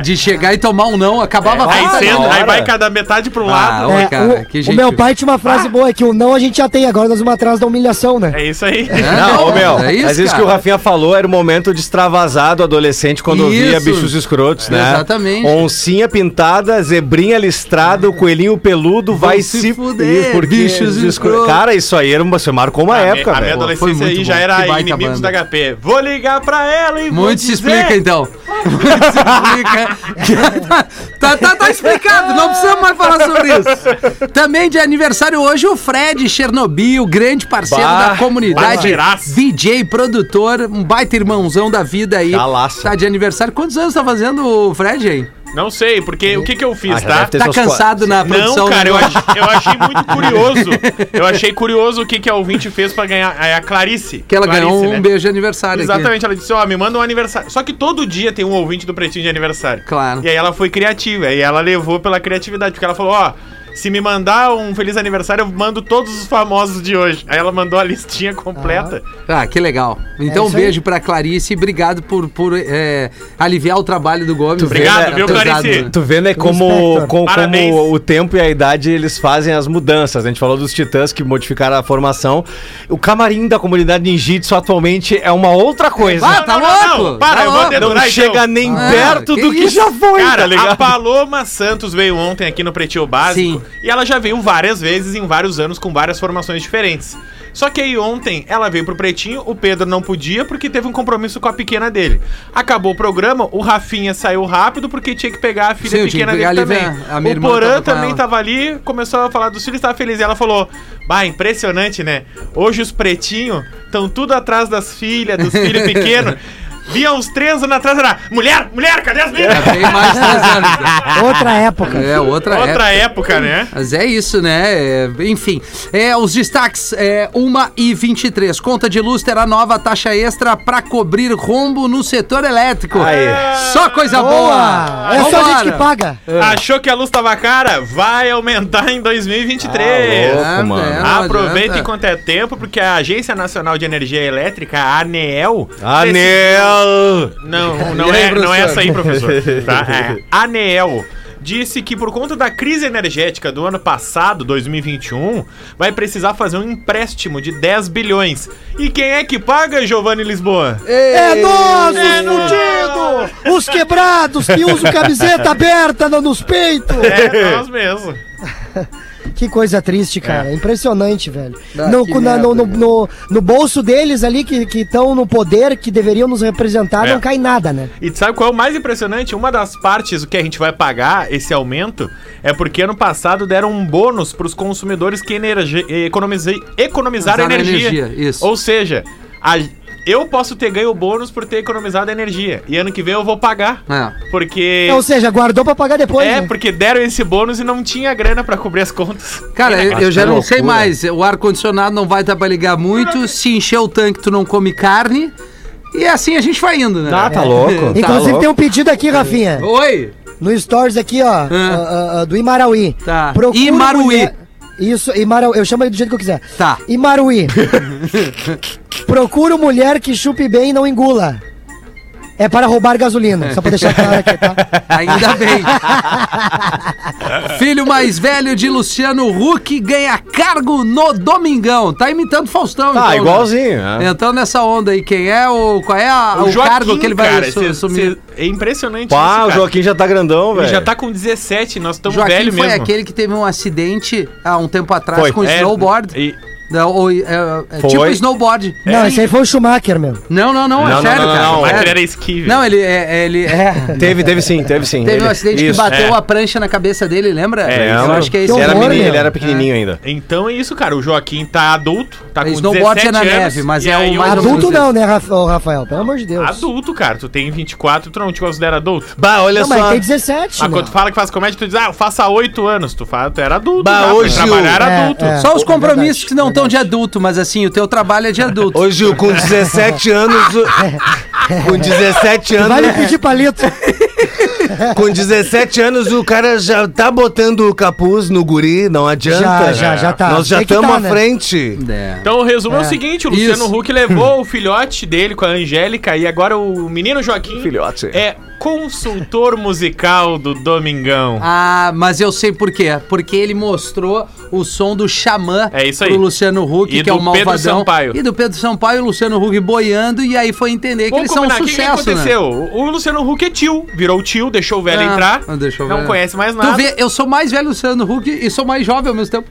[SPEAKER 4] De chegar e tomar um não, acabava a
[SPEAKER 7] Aí,
[SPEAKER 4] festa,
[SPEAKER 7] senta,
[SPEAKER 4] né?
[SPEAKER 7] aí vai cada metade pro lado.
[SPEAKER 4] Ah, Oi,
[SPEAKER 8] É,
[SPEAKER 4] cara,
[SPEAKER 8] o,
[SPEAKER 4] que
[SPEAKER 8] o
[SPEAKER 4] gente- Ah!
[SPEAKER 8] meu pai tinha uma frase boa, que o não a gente já tem, agora nós vamos atrás da humilhação, né?
[SPEAKER 7] É isso aí.
[SPEAKER 9] Não, ô, meu,
[SPEAKER 4] é isso,
[SPEAKER 9] mas isso
[SPEAKER 4] cara.
[SPEAKER 9] que o Rafinha falou era o momento de extravasado adolescente quando via
[SPEAKER 4] Isso.
[SPEAKER 9] bichos escrotos, né?
[SPEAKER 4] Exatamente.
[SPEAKER 9] Oncinha pintada, zebrinha listrada, o coelhinho peludo vai
[SPEAKER 4] se
[SPEAKER 9] se,
[SPEAKER 4] fuder,
[SPEAKER 9] Ih, porque
[SPEAKER 4] bichos
[SPEAKER 9] escro-
[SPEAKER 4] escrotos.
[SPEAKER 9] Cara, isso aí era uma, você marcou uma
[SPEAKER 7] A minha-
[SPEAKER 9] época,
[SPEAKER 7] a minha
[SPEAKER 9] velho.
[SPEAKER 4] Foi muito
[SPEAKER 7] adolescência aí já
[SPEAKER 4] bom. Que
[SPEAKER 7] era
[SPEAKER 4] baita
[SPEAKER 7] inimigos
[SPEAKER 4] banda.
[SPEAKER 7] da HP. Vou ligar pra ela e vou
[SPEAKER 4] Muito se
[SPEAKER 7] dizer-
[SPEAKER 4] explica, então. Muito se explica. tá, tá, tá explicado, não precisamos mais falar sobre isso. Também de aniversário hoje, o Fred Chernobyl, grande parceiro
[SPEAKER 9] Bah,
[SPEAKER 4] da comunidade.
[SPEAKER 7] parceiraço.
[SPEAKER 4] DJ, produtor, um baita irmãozão da vida aí.
[SPEAKER 9] Calaço.
[SPEAKER 4] Tá de aniversário. Quantos anos tá fazendo o Fred aí?
[SPEAKER 7] Não sei, porque o que que eu fiz,
[SPEAKER 9] Ah, já
[SPEAKER 7] tá?
[SPEAKER 9] deve ter
[SPEAKER 4] Tá
[SPEAKER 9] seus
[SPEAKER 4] cansado na produção?
[SPEAKER 7] Não,
[SPEAKER 4] né?
[SPEAKER 7] cara,
[SPEAKER 4] do-
[SPEAKER 7] eu achei, eu achei muito curioso. Eu achei curioso o que, que a ouvinte fez pra ganhar. É a Clarice.
[SPEAKER 4] Que ela
[SPEAKER 7] Clarice,
[SPEAKER 4] ganhou um
[SPEAKER 7] né?
[SPEAKER 4] beijo de aniversário aqui.
[SPEAKER 7] Exatamente, ela disse, ó, me manda um aniversário. Só que todo dia tem um ouvinte do Pretinho de aniversário.
[SPEAKER 4] Claro.
[SPEAKER 7] E aí ela foi criativa, e ela levou pela criatividade, porque ela falou, ó, se me mandar um feliz aniversário, eu mando todos os famosos de hoje. Aí ela mandou a listinha completa.
[SPEAKER 4] Ah, que legal. Então, um
[SPEAKER 8] isso aí.
[SPEAKER 4] beijo pra Clarice e obrigado por, por eh, aliviar o trabalho do Gomes.
[SPEAKER 7] Obrigado,
[SPEAKER 4] né?
[SPEAKER 7] viu,
[SPEAKER 4] Pesado,
[SPEAKER 7] Clarice?
[SPEAKER 4] né?
[SPEAKER 9] Tu vê, né, como,
[SPEAKER 8] Respecto.
[SPEAKER 9] com-
[SPEAKER 7] Parabéns.
[SPEAKER 9] como o tempo e a idade eles fazem as mudanças. A gente falou dos titãs que modificaram a formação. O camarim da comunidade ninjitsu atualmente é uma outra coisa.
[SPEAKER 4] Ah, tá louco?
[SPEAKER 7] Para,
[SPEAKER 4] Tá
[SPEAKER 7] eu vou
[SPEAKER 4] louco.
[SPEAKER 7] dedurar,
[SPEAKER 9] Não
[SPEAKER 7] então.
[SPEAKER 9] chega nem
[SPEAKER 4] Ah,
[SPEAKER 9] perto
[SPEAKER 4] que
[SPEAKER 9] do que
[SPEAKER 4] isso?
[SPEAKER 9] já foi,
[SPEAKER 7] Cara,
[SPEAKER 9] tá ligado?
[SPEAKER 7] a Paloma Santos veio ontem aqui no Pretinho Básico
[SPEAKER 4] Sim.
[SPEAKER 7] e ela já veio várias vezes em vários anos com várias formações diferentes. Só que aí ontem ela veio pro Pretinho, o Pedro não podia porque teve um compromisso com a pequena dele. Acabou o programa, o Rafinha saiu rápido porque tinha que pegar a filha
[SPEAKER 4] Sim, eu tinha
[SPEAKER 7] pequena
[SPEAKER 4] que pegar
[SPEAKER 7] dele
[SPEAKER 4] ali,
[SPEAKER 7] também.
[SPEAKER 4] né? A minha
[SPEAKER 7] o
[SPEAKER 4] irmã
[SPEAKER 7] Porã
[SPEAKER 4] tava com
[SPEAKER 7] também
[SPEAKER 4] ela.
[SPEAKER 7] tava ali, começou a falar dos filhos, tava feliz. E ela falou: Bah, impressionante, né? Hoje os pretinhos estão tudo atrás das filhas, dos filhos pequenos. Via uns três anos atrás, era mulher, mulher, cadê as
[SPEAKER 4] Já
[SPEAKER 7] meninas?
[SPEAKER 4] tem mais de 10 anos. né?
[SPEAKER 8] Outra época.
[SPEAKER 4] É, outra,
[SPEAKER 7] Outra
[SPEAKER 4] época.
[SPEAKER 7] época, né?
[SPEAKER 4] Mas é isso, né? É, enfim, é, os destaques é 1 e 23. Conta de luz terá nova taxa extra para cobrir rombo no setor elétrico.
[SPEAKER 6] Aê.
[SPEAKER 4] Só coisa boa!
[SPEAKER 8] Boa! É só a
[SPEAKER 4] Vambora.
[SPEAKER 8] gente que paga.
[SPEAKER 4] Ah.
[SPEAKER 7] Achou que a luz tava cara? Vai aumentar em 2023.
[SPEAKER 6] Ah, louco, mano.
[SPEAKER 4] né? é, não adianta.
[SPEAKER 7] Aproveita enquanto é tempo, porque a Agência Nacional de Energia Elétrica, a ANEEL...
[SPEAKER 6] Anel!
[SPEAKER 7] Não, não,
[SPEAKER 4] E aí,
[SPEAKER 7] é, não é
[SPEAKER 4] professor?
[SPEAKER 7] essa aí, professor. Tá? É. ANEEL disse que por conta da crise energética do ano passado, 2021, vai precisar fazer um empréstimo de 10 bilhões. E quem é que paga, Giovanni Lisboa?
[SPEAKER 8] É nós, os
[SPEAKER 7] É nós.
[SPEAKER 8] fudidos, os quebrados que usam camiseta aberta no- nos peitos.
[SPEAKER 7] É nós mesmo.
[SPEAKER 8] Que coisa triste, cara. É Impressionante, velho.
[SPEAKER 4] Ah,
[SPEAKER 8] no,
[SPEAKER 4] que
[SPEAKER 8] na-
[SPEAKER 4] merda,
[SPEAKER 8] no, no,
[SPEAKER 4] velho.
[SPEAKER 8] no- no bolso deles ali, que estão no poder, que deveriam nos representar,
[SPEAKER 7] É.
[SPEAKER 8] não cai nada, né?
[SPEAKER 7] E tu sabe qual é o mais impressionante? Uma das partes que a gente vai pagar esse aumento é porque ano passado deram um bônus para os consumidores que energi- economize- economizaram
[SPEAKER 4] Usaram
[SPEAKER 7] energia.
[SPEAKER 4] energia, isso.
[SPEAKER 7] Ou seja, a- eu posso ter ganho o bônus por ter economizado energia. E ano que vem eu vou pagar.
[SPEAKER 4] É.
[SPEAKER 7] Porque.
[SPEAKER 8] Ou seja, guardou pra pagar depois.
[SPEAKER 7] é,
[SPEAKER 8] né?
[SPEAKER 7] porque deram esse bônus e não tinha grana para cobrir as contas.
[SPEAKER 4] Cara, eu, eu já não sei mais. O ar-condicionado não vai dar pra ligar muito. Se encher o tanque, tu não come carne. E assim a gente vai indo, né?
[SPEAKER 6] Ah, tá louco.
[SPEAKER 4] Tá
[SPEAKER 8] Inclusive
[SPEAKER 6] louco.
[SPEAKER 8] tem um pedido aqui, Rafinha.
[SPEAKER 4] Oi!
[SPEAKER 8] No Stories aqui, ó. ah, ah, do Imaraí.
[SPEAKER 4] Tá.
[SPEAKER 8] Procure
[SPEAKER 4] Imaruí.
[SPEAKER 8] mulher- Isso, Imaraí. Eu chamo ele do jeito que eu quiser.
[SPEAKER 4] Tá.
[SPEAKER 8] Imaruí. Procuro mulher que chupe bem e não engula. É para roubar gasolina. Só pra deixar claro aqui, tá?
[SPEAKER 4] Ainda bem. Filho mais velho de Luciano Huck ganha cargo no Domingão. Tá imitando Faustão,
[SPEAKER 6] Tá,
[SPEAKER 4] né?
[SPEAKER 6] igualzinho. né?
[SPEAKER 4] Então nessa onda aí, quem é o qual é a- o,
[SPEAKER 7] Joaquim,
[SPEAKER 4] cargo que ele vai
[SPEAKER 7] cara,
[SPEAKER 4] su-
[SPEAKER 7] cê-
[SPEAKER 4] assumir?
[SPEAKER 7] cê- é impressionante
[SPEAKER 6] Pá, o
[SPEAKER 7] cara.
[SPEAKER 6] Joaquim já tá grandão,
[SPEAKER 7] Ele
[SPEAKER 6] velho.
[SPEAKER 7] já tá com 17, nós estamos
[SPEAKER 4] Joaquim
[SPEAKER 7] um velho
[SPEAKER 4] foi
[SPEAKER 7] mesmo.
[SPEAKER 4] aquele que teve um acidente há um tempo atrás
[SPEAKER 6] Foi.
[SPEAKER 4] com
[SPEAKER 7] É,
[SPEAKER 4] snowboard.
[SPEAKER 7] e-
[SPEAKER 4] Não, ou, é, é,
[SPEAKER 6] Foi.
[SPEAKER 4] tipo snowboard.
[SPEAKER 8] Não, esse aí foi o Schumacher, meu.
[SPEAKER 4] Não, não, não, é
[SPEAKER 6] Não, não,
[SPEAKER 4] sério,
[SPEAKER 6] não,
[SPEAKER 4] cara.
[SPEAKER 6] não,
[SPEAKER 7] Mas
[SPEAKER 4] sério.
[SPEAKER 7] ele era esquivo.
[SPEAKER 4] Não, ele é. Ele, é.
[SPEAKER 6] Teve, teve sim, teve sim.
[SPEAKER 4] Teve um
[SPEAKER 6] Ele-
[SPEAKER 4] acidente
[SPEAKER 6] Isso,
[SPEAKER 4] que bateu
[SPEAKER 7] é.
[SPEAKER 4] a prancha na cabeça dele, lembra?
[SPEAKER 7] É,
[SPEAKER 4] eu acho que é
[SPEAKER 8] Que
[SPEAKER 4] isso.
[SPEAKER 6] Ele era,
[SPEAKER 8] horror, né?
[SPEAKER 6] menino,
[SPEAKER 8] meu.
[SPEAKER 6] ele era pequenininho ainda.
[SPEAKER 7] Então é isso, cara. O Joaquim tá adulto, tá com
[SPEAKER 4] Snowboard
[SPEAKER 7] 17
[SPEAKER 4] é na
[SPEAKER 7] anos,
[SPEAKER 4] neve, mas
[SPEAKER 7] e
[SPEAKER 4] é o
[SPEAKER 7] aí
[SPEAKER 4] mais ou menos
[SPEAKER 8] Adulto não, né, Raf- ô, Rafael? Pelo amor de Deus.
[SPEAKER 7] Adulto, cara. Tu tem 24, tu não te considera adulto.
[SPEAKER 6] Bah, olha
[SPEAKER 8] Não, mas ele tem 17.
[SPEAKER 7] Ah,
[SPEAKER 8] né?
[SPEAKER 7] quando tu fala que faz comédia, tu diz, ah, eu faço há 8 anos. Tu, fala, tu era adulto.
[SPEAKER 6] Bah,
[SPEAKER 7] já, tu
[SPEAKER 6] hoje
[SPEAKER 7] trabalhar
[SPEAKER 6] eu-
[SPEAKER 7] era
[SPEAKER 8] É,
[SPEAKER 7] adulto.
[SPEAKER 8] é.
[SPEAKER 4] Só os compromissos
[SPEAKER 8] verdade,
[SPEAKER 4] que não estão de adulto, mas assim, o teu trabalho é de adulto.
[SPEAKER 6] Ô Gil, com 17 anos. o- Com 17
[SPEAKER 8] Vai me
[SPEAKER 6] anos.
[SPEAKER 8] pedir palito.
[SPEAKER 6] Com 17 anos, o cara já tá botando o capuz no guri, não
[SPEAKER 8] Já,
[SPEAKER 6] adianta.
[SPEAKER 8] já, já tá.
[SPEAKER 6] Nós já
[SPEAKER 8] Tem que
[SPEAKER 6] estamos
[SPEAKER 8] tá,
[SPEAKER 6] à
[SPEAKER 8] né?
[SPEAKER 6] frente.
[SPEAKER 4] É.
[SPEAKER 7] Então o resumo é. o seguinte, o Luciano
[SPEAKER 4] Isso.
[SPEAKER 7] Huck levou o filhote dele com a Angélica e agora o menino Joaquim
[SPEAKER 6] Filhote.
[SPEAKER 7] é consultor musical do Domingão.
[SPEAKER 4] Ah, mas eu sei por quê. Porque ele mostrou o som do Xamã
[SPEAKER 7] É isso aí.
[SPEAKER 4] pro Luciano Huck,
[SPEAKER 7] E
[SPEAKER 4] que é
[SPEAKER 7] do
[SPEAKER 4] o
[SPEAKER 7] Pedro
[SPEAKER 4] malvadão.
[SPEAKER 7] Sampaio.
[SPEAKER 4] E do Pedro Sampaio, o Luciano Huck boiando, e aí foi entender que
[SPEAKER 7] Vamos
[SPEAKER 4] eles são um
[SPEAKER 7] combinar, o que, que
[SPEAKER 4] sucesso, né?
[SPEAKER 7] aconteceu? O Luciano Huck é tio, virou tio, deixou o velho
[SPEAKER 4] Ah,
[SPEAKER 7] entrar,
[SPEAKER 4] não deixou o
[SPEAKER 7] não
[SPEAKER 4] velho.
[SPEAKER 7] conhece mais nada.
[SPEAKER 4] Tu vê, eu sou mais velho Luciano Huck e sou mais jovem ao mesmo tempo.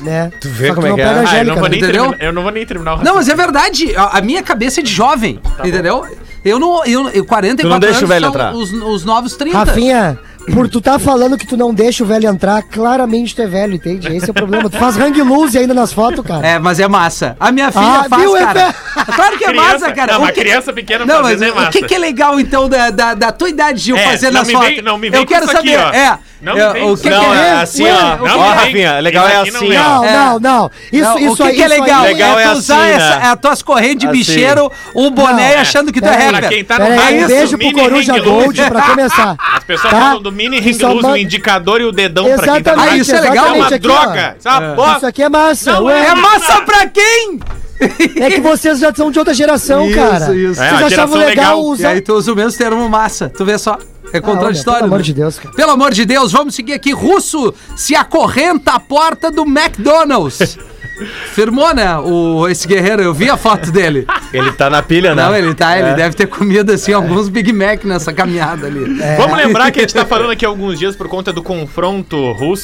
[SPEAKER 8] Né? Tu
[SPEAKER 6] vê como é que é?
[SPEAKER 8] pega a
[SPEAKER 7] Ah, eu,
[SPEAKER 8] Angélica,
[SPEAKER 7] não vou nem
[SPEAKER 8] né?
[SPEAKER 4] entendeu?
[SPEAKER 7] terminar- eu não vou nem terminar o
[SPEAKER 4] Não, mas é verdade. A, a minha cabeça é de jovem,
[SPEAKER 7] Tá
[SPEAKER 4] entendeu? Eu não. Eu, eu 44
[SPEAKER 6] Tu não deixa
[SPEAKER 4] anos
[SPEAKER 6] o velho
[SPEAKER 4] são
[SPEAKER 6] entrar.
[SPEAKER 4] Os, os novos 30.
[SPEAKER 8] Rafinha, por tu tá falando que tu não deixa o velho entrar, claramente tu é velho, entende? Esse é o problema. Tu faz hang loose ainda nas fotos, cara.
[SPEAKER 4] É, mas é massa. A minha filha
[SPEAKER 8] Ah,
[SPEAKER 4] faz,
[SPEAKER 8] viu? É
[SPEAKER 4] cara.
[SPEAKER 8] fe-
[SPEAKER 4] Claro que é
[SPEAKER 7] Criança-
[SPEAKER 4] massa, cara.
[SPEAKER 7] Não,
[SPEAKER 4] O
[SPEAKER 7] mas criança pequena
[SPEAKER 4] Não,
[SPEAKER 7] fazendo
[SPEAKER 4] mas
[SPEAKER 7] é massa.
[SPEAKER 4] o que, que é legal, então, da, da, da tua idade, Gil,
[SPEAKER 7] É,
[SPEAKER 4] fazendo
[SPEAKER 7] não
[SPEAKER 4] as
[SPEAKER 7] me
[SPEAKER 4] fotos?
[SPEAKER 7] vem- não me vem
[SPEAKER 4] Eu
[SPEAKER 7] com
[SPEAKER 4] quero
[SPEAKER 7] isso aqui,
[SPEAKER 4] saber.
[SPEAKER 7] ó.
[SPEAKER 4] É.
[SPEAKER 7] Não me
[SPEAKER 4] é,
[SPEAKER 7] vem com
[SPEAKER 4] o
[SPEAKER 7] isso
[SPEAKER 4] que, que
[SPEAKER 7] aqui.
[SPEAKER 6] Não,
[SPEAKER 4] é
[SPEAKER 6] é
[SPEAKER 4] legal?
[SPEAKER 6] assim,
[SPEAKER 4] Ué,
[SPEAKER 6] ó.
[SPEAKER 4] o que
[SPEAKER 6] Ó,
[SPEAKER 4] que-
[SPEAKER 6] Rafinha, legal é
[SPEAKER 7] Isso aqui
[SPEAKER 6] assim,
[SPEAKER 7] não
[SPEAKER 6] ó.
[SPEAKER 8] Não,
[SPEAKER 4] É.
[SPEAKER 8] não, não. Isso,
[SPEAKER 4] Não,
[SPEAKER 8] isso
[SPEAKER 4] o que,
[SPEAKER 8] aí.
[SPEAKER 4] que é
[SPEAKER 8] isso aí-
[SPEAKER 4] legal?
[SPEAKER 6] Legal
[SPEAKER 4] é
[SPEAKER 6] é
[SPEAKER 4] tu usar
[SPEAKER 6] assim, né?
[SPEAKER 4] essa, a tuas correntes de
[SPEAKER 6] Assim.
[SPEAKER 4] bicheiro, o boné
[SPEAKER 8] Não,
[SPEAKER 4] achando que tu é
[SPEAKER 8] pera aí,
[SPEAKER 7] Pra
[SPEAKER 4] rapper.
[SPEAKER 7] quem tá no
[SPEAKER 8] Pera aí,
[SPEAKER 7] hype,
[SPEAKER 8] um beijo pro
[SPEAKER 7] mini
[SPEAKER 8] Coruja
[SPEAKER 7] ring loose.
[SPEAKER 8] Gold pra começar.
[SPEAKER 7] As pessoas
[SPEAKER 8] Tá?
[SPEAKER 7] falam do mini ring
[SPEAKER 8] Isso é
[SPEAKER 7] loose,
[SPEAKER 8] uma-
[SPEAKER 7] o indicador e o dedão pra quem tá no
[SPEAKER 8] Exatamente,
[SPEAKER 4] Ah,
[SPEAKER 7] hype.
[SPEAKER 4] isso é legal?
[SPEAKER 7] É
[SPEAKER 8] exatamente,
[SPEAKER 7] uma
[SPEAKER 8] aqui,
[SPEAKER 7] droga.
[SPEAKER 8] ó.
[SPEAKER 7] Isso é uma bosta.
[SPEAKER 8] Isso aqui é massa.
[SPEAKER 7] Não,
[SPEAKER 8] ué.
[SPEAKER 4] É massa pra quem?
[SPEAKER 8] É que vocês já são de outra geração, cara.
[SPEAKER 4] isso.
[SPEAKER 7] É,
[SPEAKER 8] Vocês
[SPEAKER 7] a
[SPEAKER 8] achavam
[SPEAKER 7] geração legal.
[SPEAKER 8] legal
[SPEAKER 4] E
[SPEAKER 8] usar.
[SPEAKER 4] aí tu usa o mesmo termo massa. Tu vê só. É
[SPEAKER 8] olha,
[SPEAKER 4] contraditório.
[SPEAKER 8] pelo amor
[SPEAKER 4] né?
[SPEAKER 8] de Deus, cara.
[SPEAKER 4] Pelo amor de Deus, vamos seguir aqui. Russo se acorrenta à porta do McDonald's. Firmou, né? O, esse guerreiro, eu vi a foto dele.
[SPEAKER 6] Ele tá na pilha, né?
[SPEAKER 4] Não, ele tá,
[SPEAKER 5] É.
[SPEAKER 4] ele deve ter comido assim alguns Big Mac nessa caminhada ali.
[SPEAKER 5] É.
[SPEAKER 7] Vamos lembrar que a gente tá falando aqui há alguns dias por conta do confronto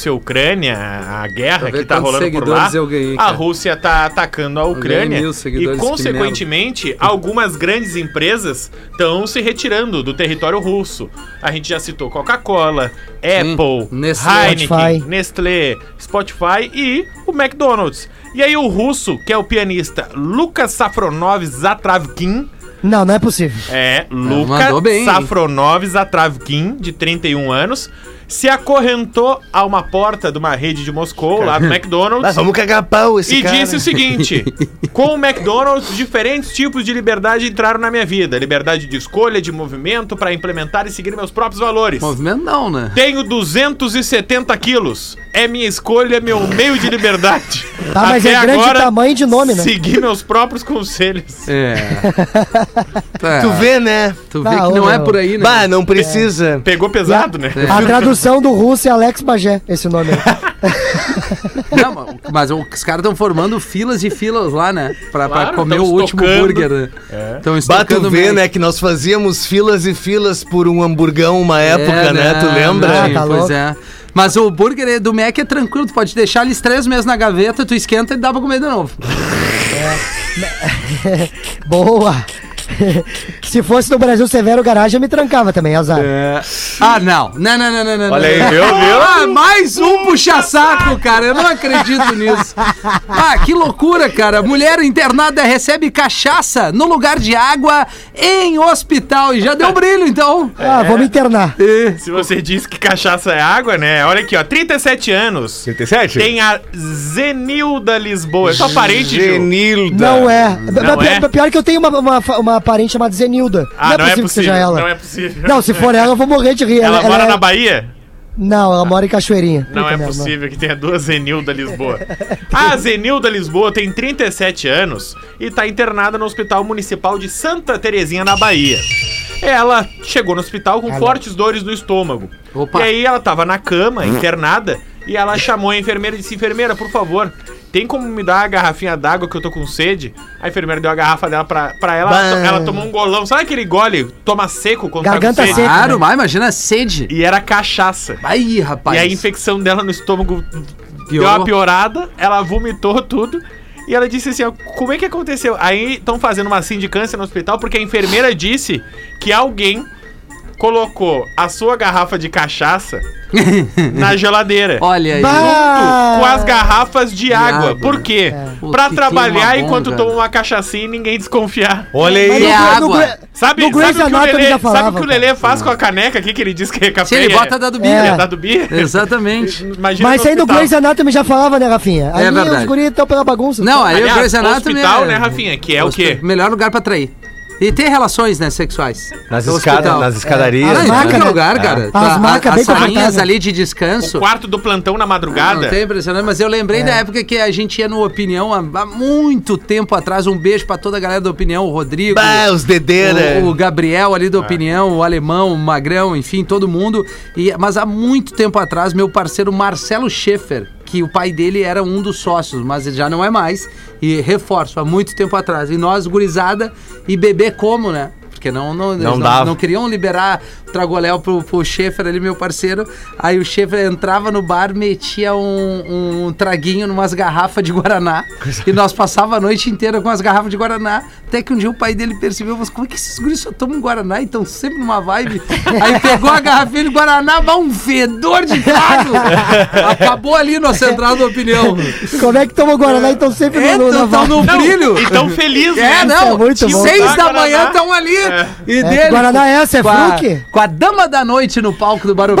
[SPEAKER 7] Rússia-Ucrânia, a guerra
[SPEAKER 4] ver
[SPEAKER 7] que tá
[SPEAKER 4] quantos
[SPEAKER 7] rolando por lá.
[SPEAKER 4] seguidores eu ganhei,
[SPEAKER 7] a
[SPEAKER 4] cara.
[SPEAKER 7] Rússia tá atacando a Ucrânia
[SPEAKER 4] mil
[SPEAKER 7] e,
[SPEAKER 4] seguidores, que
[SPEAKER 7] consequentemente, algumas grandes empresas estão se retirando do território russo. A gente já citou Coca-Cola, Apple,
[SPEAKER 4] Hum, Nestlé.
[SPEAKER 7] Heineken,
[SPEAKER 8] Spotify.
[SPEAKER 7] Nestlé, Spotify e o McDonald's. E aí o russo, que é o pianista Lucas Safronov Zatravkin,
[SPEAKER 8] Não, não é possível.
[SPEAKER 7] É, Luca
[SPEAKER 4] mandou bem, hein?
[SPEAKER 7] Safronov Zatravkin, de 31 anos, se acorrentou a uma porta de uma rede de Moscou, lá do McDonald's.
[SPEAKER 5] Mas vamos cagar pau esse
[SPEAKER 7] E
[SPEAKER 5] cara.
[SPEAKER 7] disse o seguinte: com o McDonald's, diferentes tipos de liberdade entraram na minha vida. Liberdade de escolha, de movimento, para implementar e seguir meus próprios valores.
[SPEAKER 4] Movimento não, né?
[SPEAKER 7] Tenho 270 quilos. É minha escolha, meu meio de liberdade.
[SPEAKER 8] Tá, mas é grande tamanho de nome, né?
[SPEAKER 7] Segui meus próprios conselhos.
[SPEAKER 4] É. Tá.
[SPEAKER 5] Tu vê, né?
[SPEAKER 4] Tu vê
[SPEAKER 8] Ah,
[SPEAKER 4] que não
[SPEAKER 8] ô,
[SPEAKER 4] é
[SPEAKER 8] meu.
[SPEAKER 4] por aí, né?
[SPEAKER 5] Bah, não precisa.
[SPEAKER 7] Pegou pesado, né?
[SPEAKER 8] A tradução do russo é Alex Bagé, esse nome aí.
[SPEAKER 4] Não, mas- mas os caras estão formando filas e filas lá, né? Pra, pra
[SPEAKER 7] Claro,
[SPEAKER 4] comer
[SPEAKER 7] tão
[SPEAKER 4] o último
[SPEAKER 7] estocando. É.
[SPEAKER 4] hambúrguer. né? Estão
[SPEAKER 5] Bah, tu vê, né, que nós fazíamos filas e filas por um hamburgão uma
[SPEAKER 4] É,
[SPEAKER 5] época, né? Tu lembra?
[SPEAKER 8] É, Ah, tá
[SPEAKER 4] pois
[SPEAKER 8] louco.
[SPEAKER 4] é. Mas o hambúrguer do Mac é tranquilo, tu pode deixar eles três meses na gaveta, tu esquenta e dá pra comer de novo.
[SPEAKER 8] Boa! Se fosse no Brasil Severo Garagem, eu me trancava também, azar.
[SPEAKER 7] É.
[SPEAKER 4] Ah, não. Não, não, não, não, não.
[SPEAKER 7] Olha aí,
[SPEAKER 4] não.
[SPEAKER 7] viu, viu?
[SPEAKER 4] Ah, mais um puxa-saco, cara. Eu não acredito nisso. Ah, que loucura, cara. Mulher internada recebe cachaça no lugar de água em hospital. E já deu brilho, então.
[SPEAKER 8] Ah, vou me internar.
[SPEAKER 7] Se você diz que cachaça é água, né? Olha aqui, ó. 37 anos.
[SPEAKER 6] 37?
[SPEAKER 7] Tem a Zenilda Lisboa. É sua parente, Gil?
[SPEAKER 6] Genilda.
[SPEAKER 8] Não é.
[SPEAKER 7] Não
[SPEAKER 8] Pi-
[SPEAKER 7] é?
[SPEAKER 8] pi- Pior que eu tenho uma, uma, fa- uma parente chamada Zenilda.
[SPEAKER 7] Ah, não é
[SPEAKER 8] que seja
[SPEAKER 7] possível.
[SPEAKER 8] ela.
[SPEAKER 7] Não é possível.
[SPEAKER 8] Não, se for ela, eu vou morrer de rir.
[SPEAKER 7] Ela mora
[SPEAKER 8] é-
[SPEAKER 7] na Bahia?
[SPEAKER 8] Não, ela mora em Cachoeirinha.
[SPEAKER 7] Não
[SPEAKER 8] Puta
[SPEAKER 7] é
[SPEAKER 8] merda.
[SPEAKER 7] possível que tenha duas Zenilda Lisboa. A Zenilda Lisboa tem 37 anos e está internada no Hospital Municipal de Santa Terezinha, na Bahia. Ela chegou no hospital
[SPEAKER 8] Ah,
[SPEAKER 7] com fortes dores no estômago.
[SPEAKER 4] Opa.
[SPEAKER 7] E aí ela estava na cama, internada, e ela chamou a enfermeira e disse: Enfermeira, por favor, tem como me dar a garrafinha d'água que eu tô com sede? A enfermeira deu a garrafa dela pra, pra ela, ela, to-
[SPEAKER 5] Bah.
[SPEAKER 7] ela tomou um golão. Sabe aquele gole? Toma seco quando
[SPEAKER 8] Garganta
[SPEAKER 7] tá com sede?
[SPEAKER 8] seca.
[SPEAKER 4] Claro, mas imagina a sede.
[SPEAKER 7] E era cachaça.
[SPEAKER 4] Aí, rapaz.
[SPEAKER 7] E a infecção dela no estômago deu
[SPEAKER 4] Piorou.
[SPEAKER 7] uma piorada, ela vomitou tudo. E ela disse assim: ó, como é que aconteceu? Aí estão fazendo uma sindicância no hospital porque a enfermeira disse que alguém colocou a sua garrafa de cachaça na geladeira.
[SPEAKER 4] Olha aí.
[SPEAKER 8] Bah!
[SPEAKER 7] Junto com as garrafas de, água.
[SPEAKER 8] né?
[SPEAKER 4] água.
[SPEAKER 7] Por quê?
[SPEAKER 8] É.
[SPEAKER 4] Puta,
[SPEAKER 7] Pra
[SPEAKER 4] que
[SPEAKER 7] trabalhar
[SPEAKER 4] clima bom,
[SPEAKER 7] enquanto
[SPEAKER 4] cara.
[SPEAKER 7] toma uma cachacinha e ninguém desconfiar.
[SPEAKER 6] Olha aí.
[SPEAKER 8] Mas
[SPEAKER 4] E
[SPEAKER 8] no-
[SPEAKER 4] a
[SPEAKER 8] no-
[SPEAKER 4] É água?
[SPEAKER 8] no-
[SPEAKER 7] Sabe,
[SPEAKER 8] No Grey's
[SPEAKER 7] sabe, o que o
[SPEAKER 8] Anatomy
[SPEAKER 7] Lelê-
[SPEAKER 8] já
[SPEAKER 7] sabe o que
[SPEAKER 8] falava,
[SPEAKER 7] o Lelê faz com a caneca aqui que ele diz que é tá café?
[SPEAKER 4] Se ele bota da do
[SPEAKER 8] É.
[SPEAKER 4] Bia.
[SPEAKER 7] da do Bia?
[SPEAKER 4] Exatamente.
[SPEAKER 7] Imagina
[SPEAKER 8] Mas
[SPEAKER 7] no
[SPEAKER 8] aí no
[SPEAKER 7] hospital.
[SPEAKER 8] Grey's Anatomy já falava, né, Rafinha? Aí os
[SPEAKER 4] É verdade.
[SPEAKER 8] guris estão pela bagunça.
[SPEAKER 4] Não, é. aí o
[SPEAKER 7] Aliás,
[SPEAKER 4] Grey's Anatomy
[SPEAKER 7] hospital, né, Rafinha, que é o quê?
[SPEAKER 4] Melhor lugar pra trair. E ter relações, né, sexuais.
[SPEAKER 6] Nas,
[SPEAKER 4] No
[SPEAKER 6] escadas,
[SPEAKER 4] hospital.
[SPEAKER 6] nas
[SPEAKER 4] Ah,
[SPEAKER 6] escadarias.
[SPEAKER 8] As
[SPEAKER 4] em
[SPEAKER 8] marcas,
[SPEAKER 4] qualquer
[SPEAKER 8] né?
[SPEAKER 4] lugar, cara. Tá,
[SPEAKER 8] As marcas
[SPEAKER 4] a-
[SPEAKER 8] bem
[SPEAKER 4] as salinhas
[SPEAKER 8] confortáveis.
[SPEAKER 4] ali de descanso.
[SPEAKER 7] O quarto do plantão na
[SPEAKER 4] Ah,
[SPEAKER 7] madrugada.
[SPEAKER 4] Não tem impressionante, mas eu lembrei
[SPEAKER 8] É.
[SPEAKER 4] da época que a gente ia no Opinião há, há muito tempo atrás. Um beijo pra toda a galera do Opinião, o Rodrigo.
[SPEAKER 5] Bah, os né? dedeira.
[SPEAKER 4] O, o Gabriel ali da opinião, o alemão, o magrão, enfim, todo mundo. E, mas há muito tempo atrás, meu parceiro Marcelo Schaefer, que o pai dele era um dos sócios, mas ele já não é mais. E reforço, há muito tempo atrás. E nós, gurizada, e bebê como, né? Porque não, não, eles não,
[SPEAKER 6] dava.
[SPEAKER 4] não queriam liberar tragoléu pro, pro Schaefer ali, meu parceiro. Aí o Schaefer entrava no bar, metia um, um traguinho numas garrafas de Guaraná. e nós passava a noite inteira com as garrafas de Guaraná. Até que um dia o pai dele percebeu, mas como é que esses guris só tomam Guaraná e estão sempre numa vibe? Aí pegou a garrafinha de Guaraná, mas um fedor de trago! Acabou ali na central da opinião.
[SPEAKER 8] Como é que toma o Guaraná então sempre
[SPEAKER 4] É,
[SPEAKER 8] no, na
[SPEAKER 4] tão, tão no
[SPEAKER 7] Não, então
[SPEAKER 4] brilho!
[SPEAKER 7] E tão feliz, né?
[SPEAKER 4] É, não.
[SPEAKER 8] é muito bom.
[SPEAKER 4] Seis da
[SPEAKER 7] Guaraná.
[SPEAKER 4] manhã estão ali. E
[SPEAKER 8] que Guaraná é essa? É
[SPEAKER 4] com a,
[SPEAKER 8] Fruc?
[SPEAKER 4] com a dama da noite no palco do Barulho.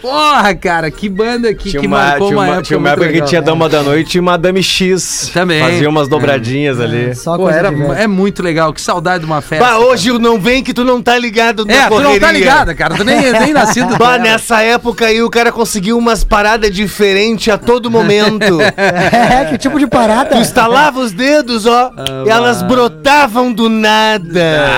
[SPEAKER 4] Porra, cara, que banda que,
[SPEAKER 6] Tinha
[SPEAKER 4] que
[SPEAKER 6] uma,
[SPEAKER 4] marcou
[SPEAKER 6] tinha
[SPEAKER 4] uma,
[SPEAKER 6] uma,
[SPEAKER 4] época.
[SPEAKER 6] tinha uma
[SPEAKER 4] muito
[SPEAKER 6] época que
[SPEAKER 4] legal. né?
[SPEAKER 6] tinha Dama da Noite e Madame X.
[SPEAKER 4] Também. É.
[SPEAKER 6] Fazia umas dobradinhas ali.
[SPEAKER 8] Só
[SPEAKER 4] Pô,
[SPEAKER 8] coisa
[SPEAKER 4] era,
[SPEAKER 8] de velho.
[SPEAKER 4] é muito legal, que saudade de uma festa.
[SPEAKER 5] Bah, ô Gil, não vem que tu não tá ligado na
[SPEAKER 4] é, tu não tá
[SPEAKER 5] correria.
[SPEAKER 4] ligada, cara. Tu nem, nem nascido. tu
[SPEAKER 5] Bah,
[SPEAKER 4] era.
[SPEAKER 5] nessa época aí o cara conseguiu umas paradas diferentes a todo momento.
[SPEAKER 8] É, que tipo de parada?
[SPEAKER 5] Tu estalava os dedos, ó,
[SPEAKER 4] Ah,
[SPEAKER 5] e elas brotavam do
[SPEAKER 6] Ah,
[SPEAKER 5] nada.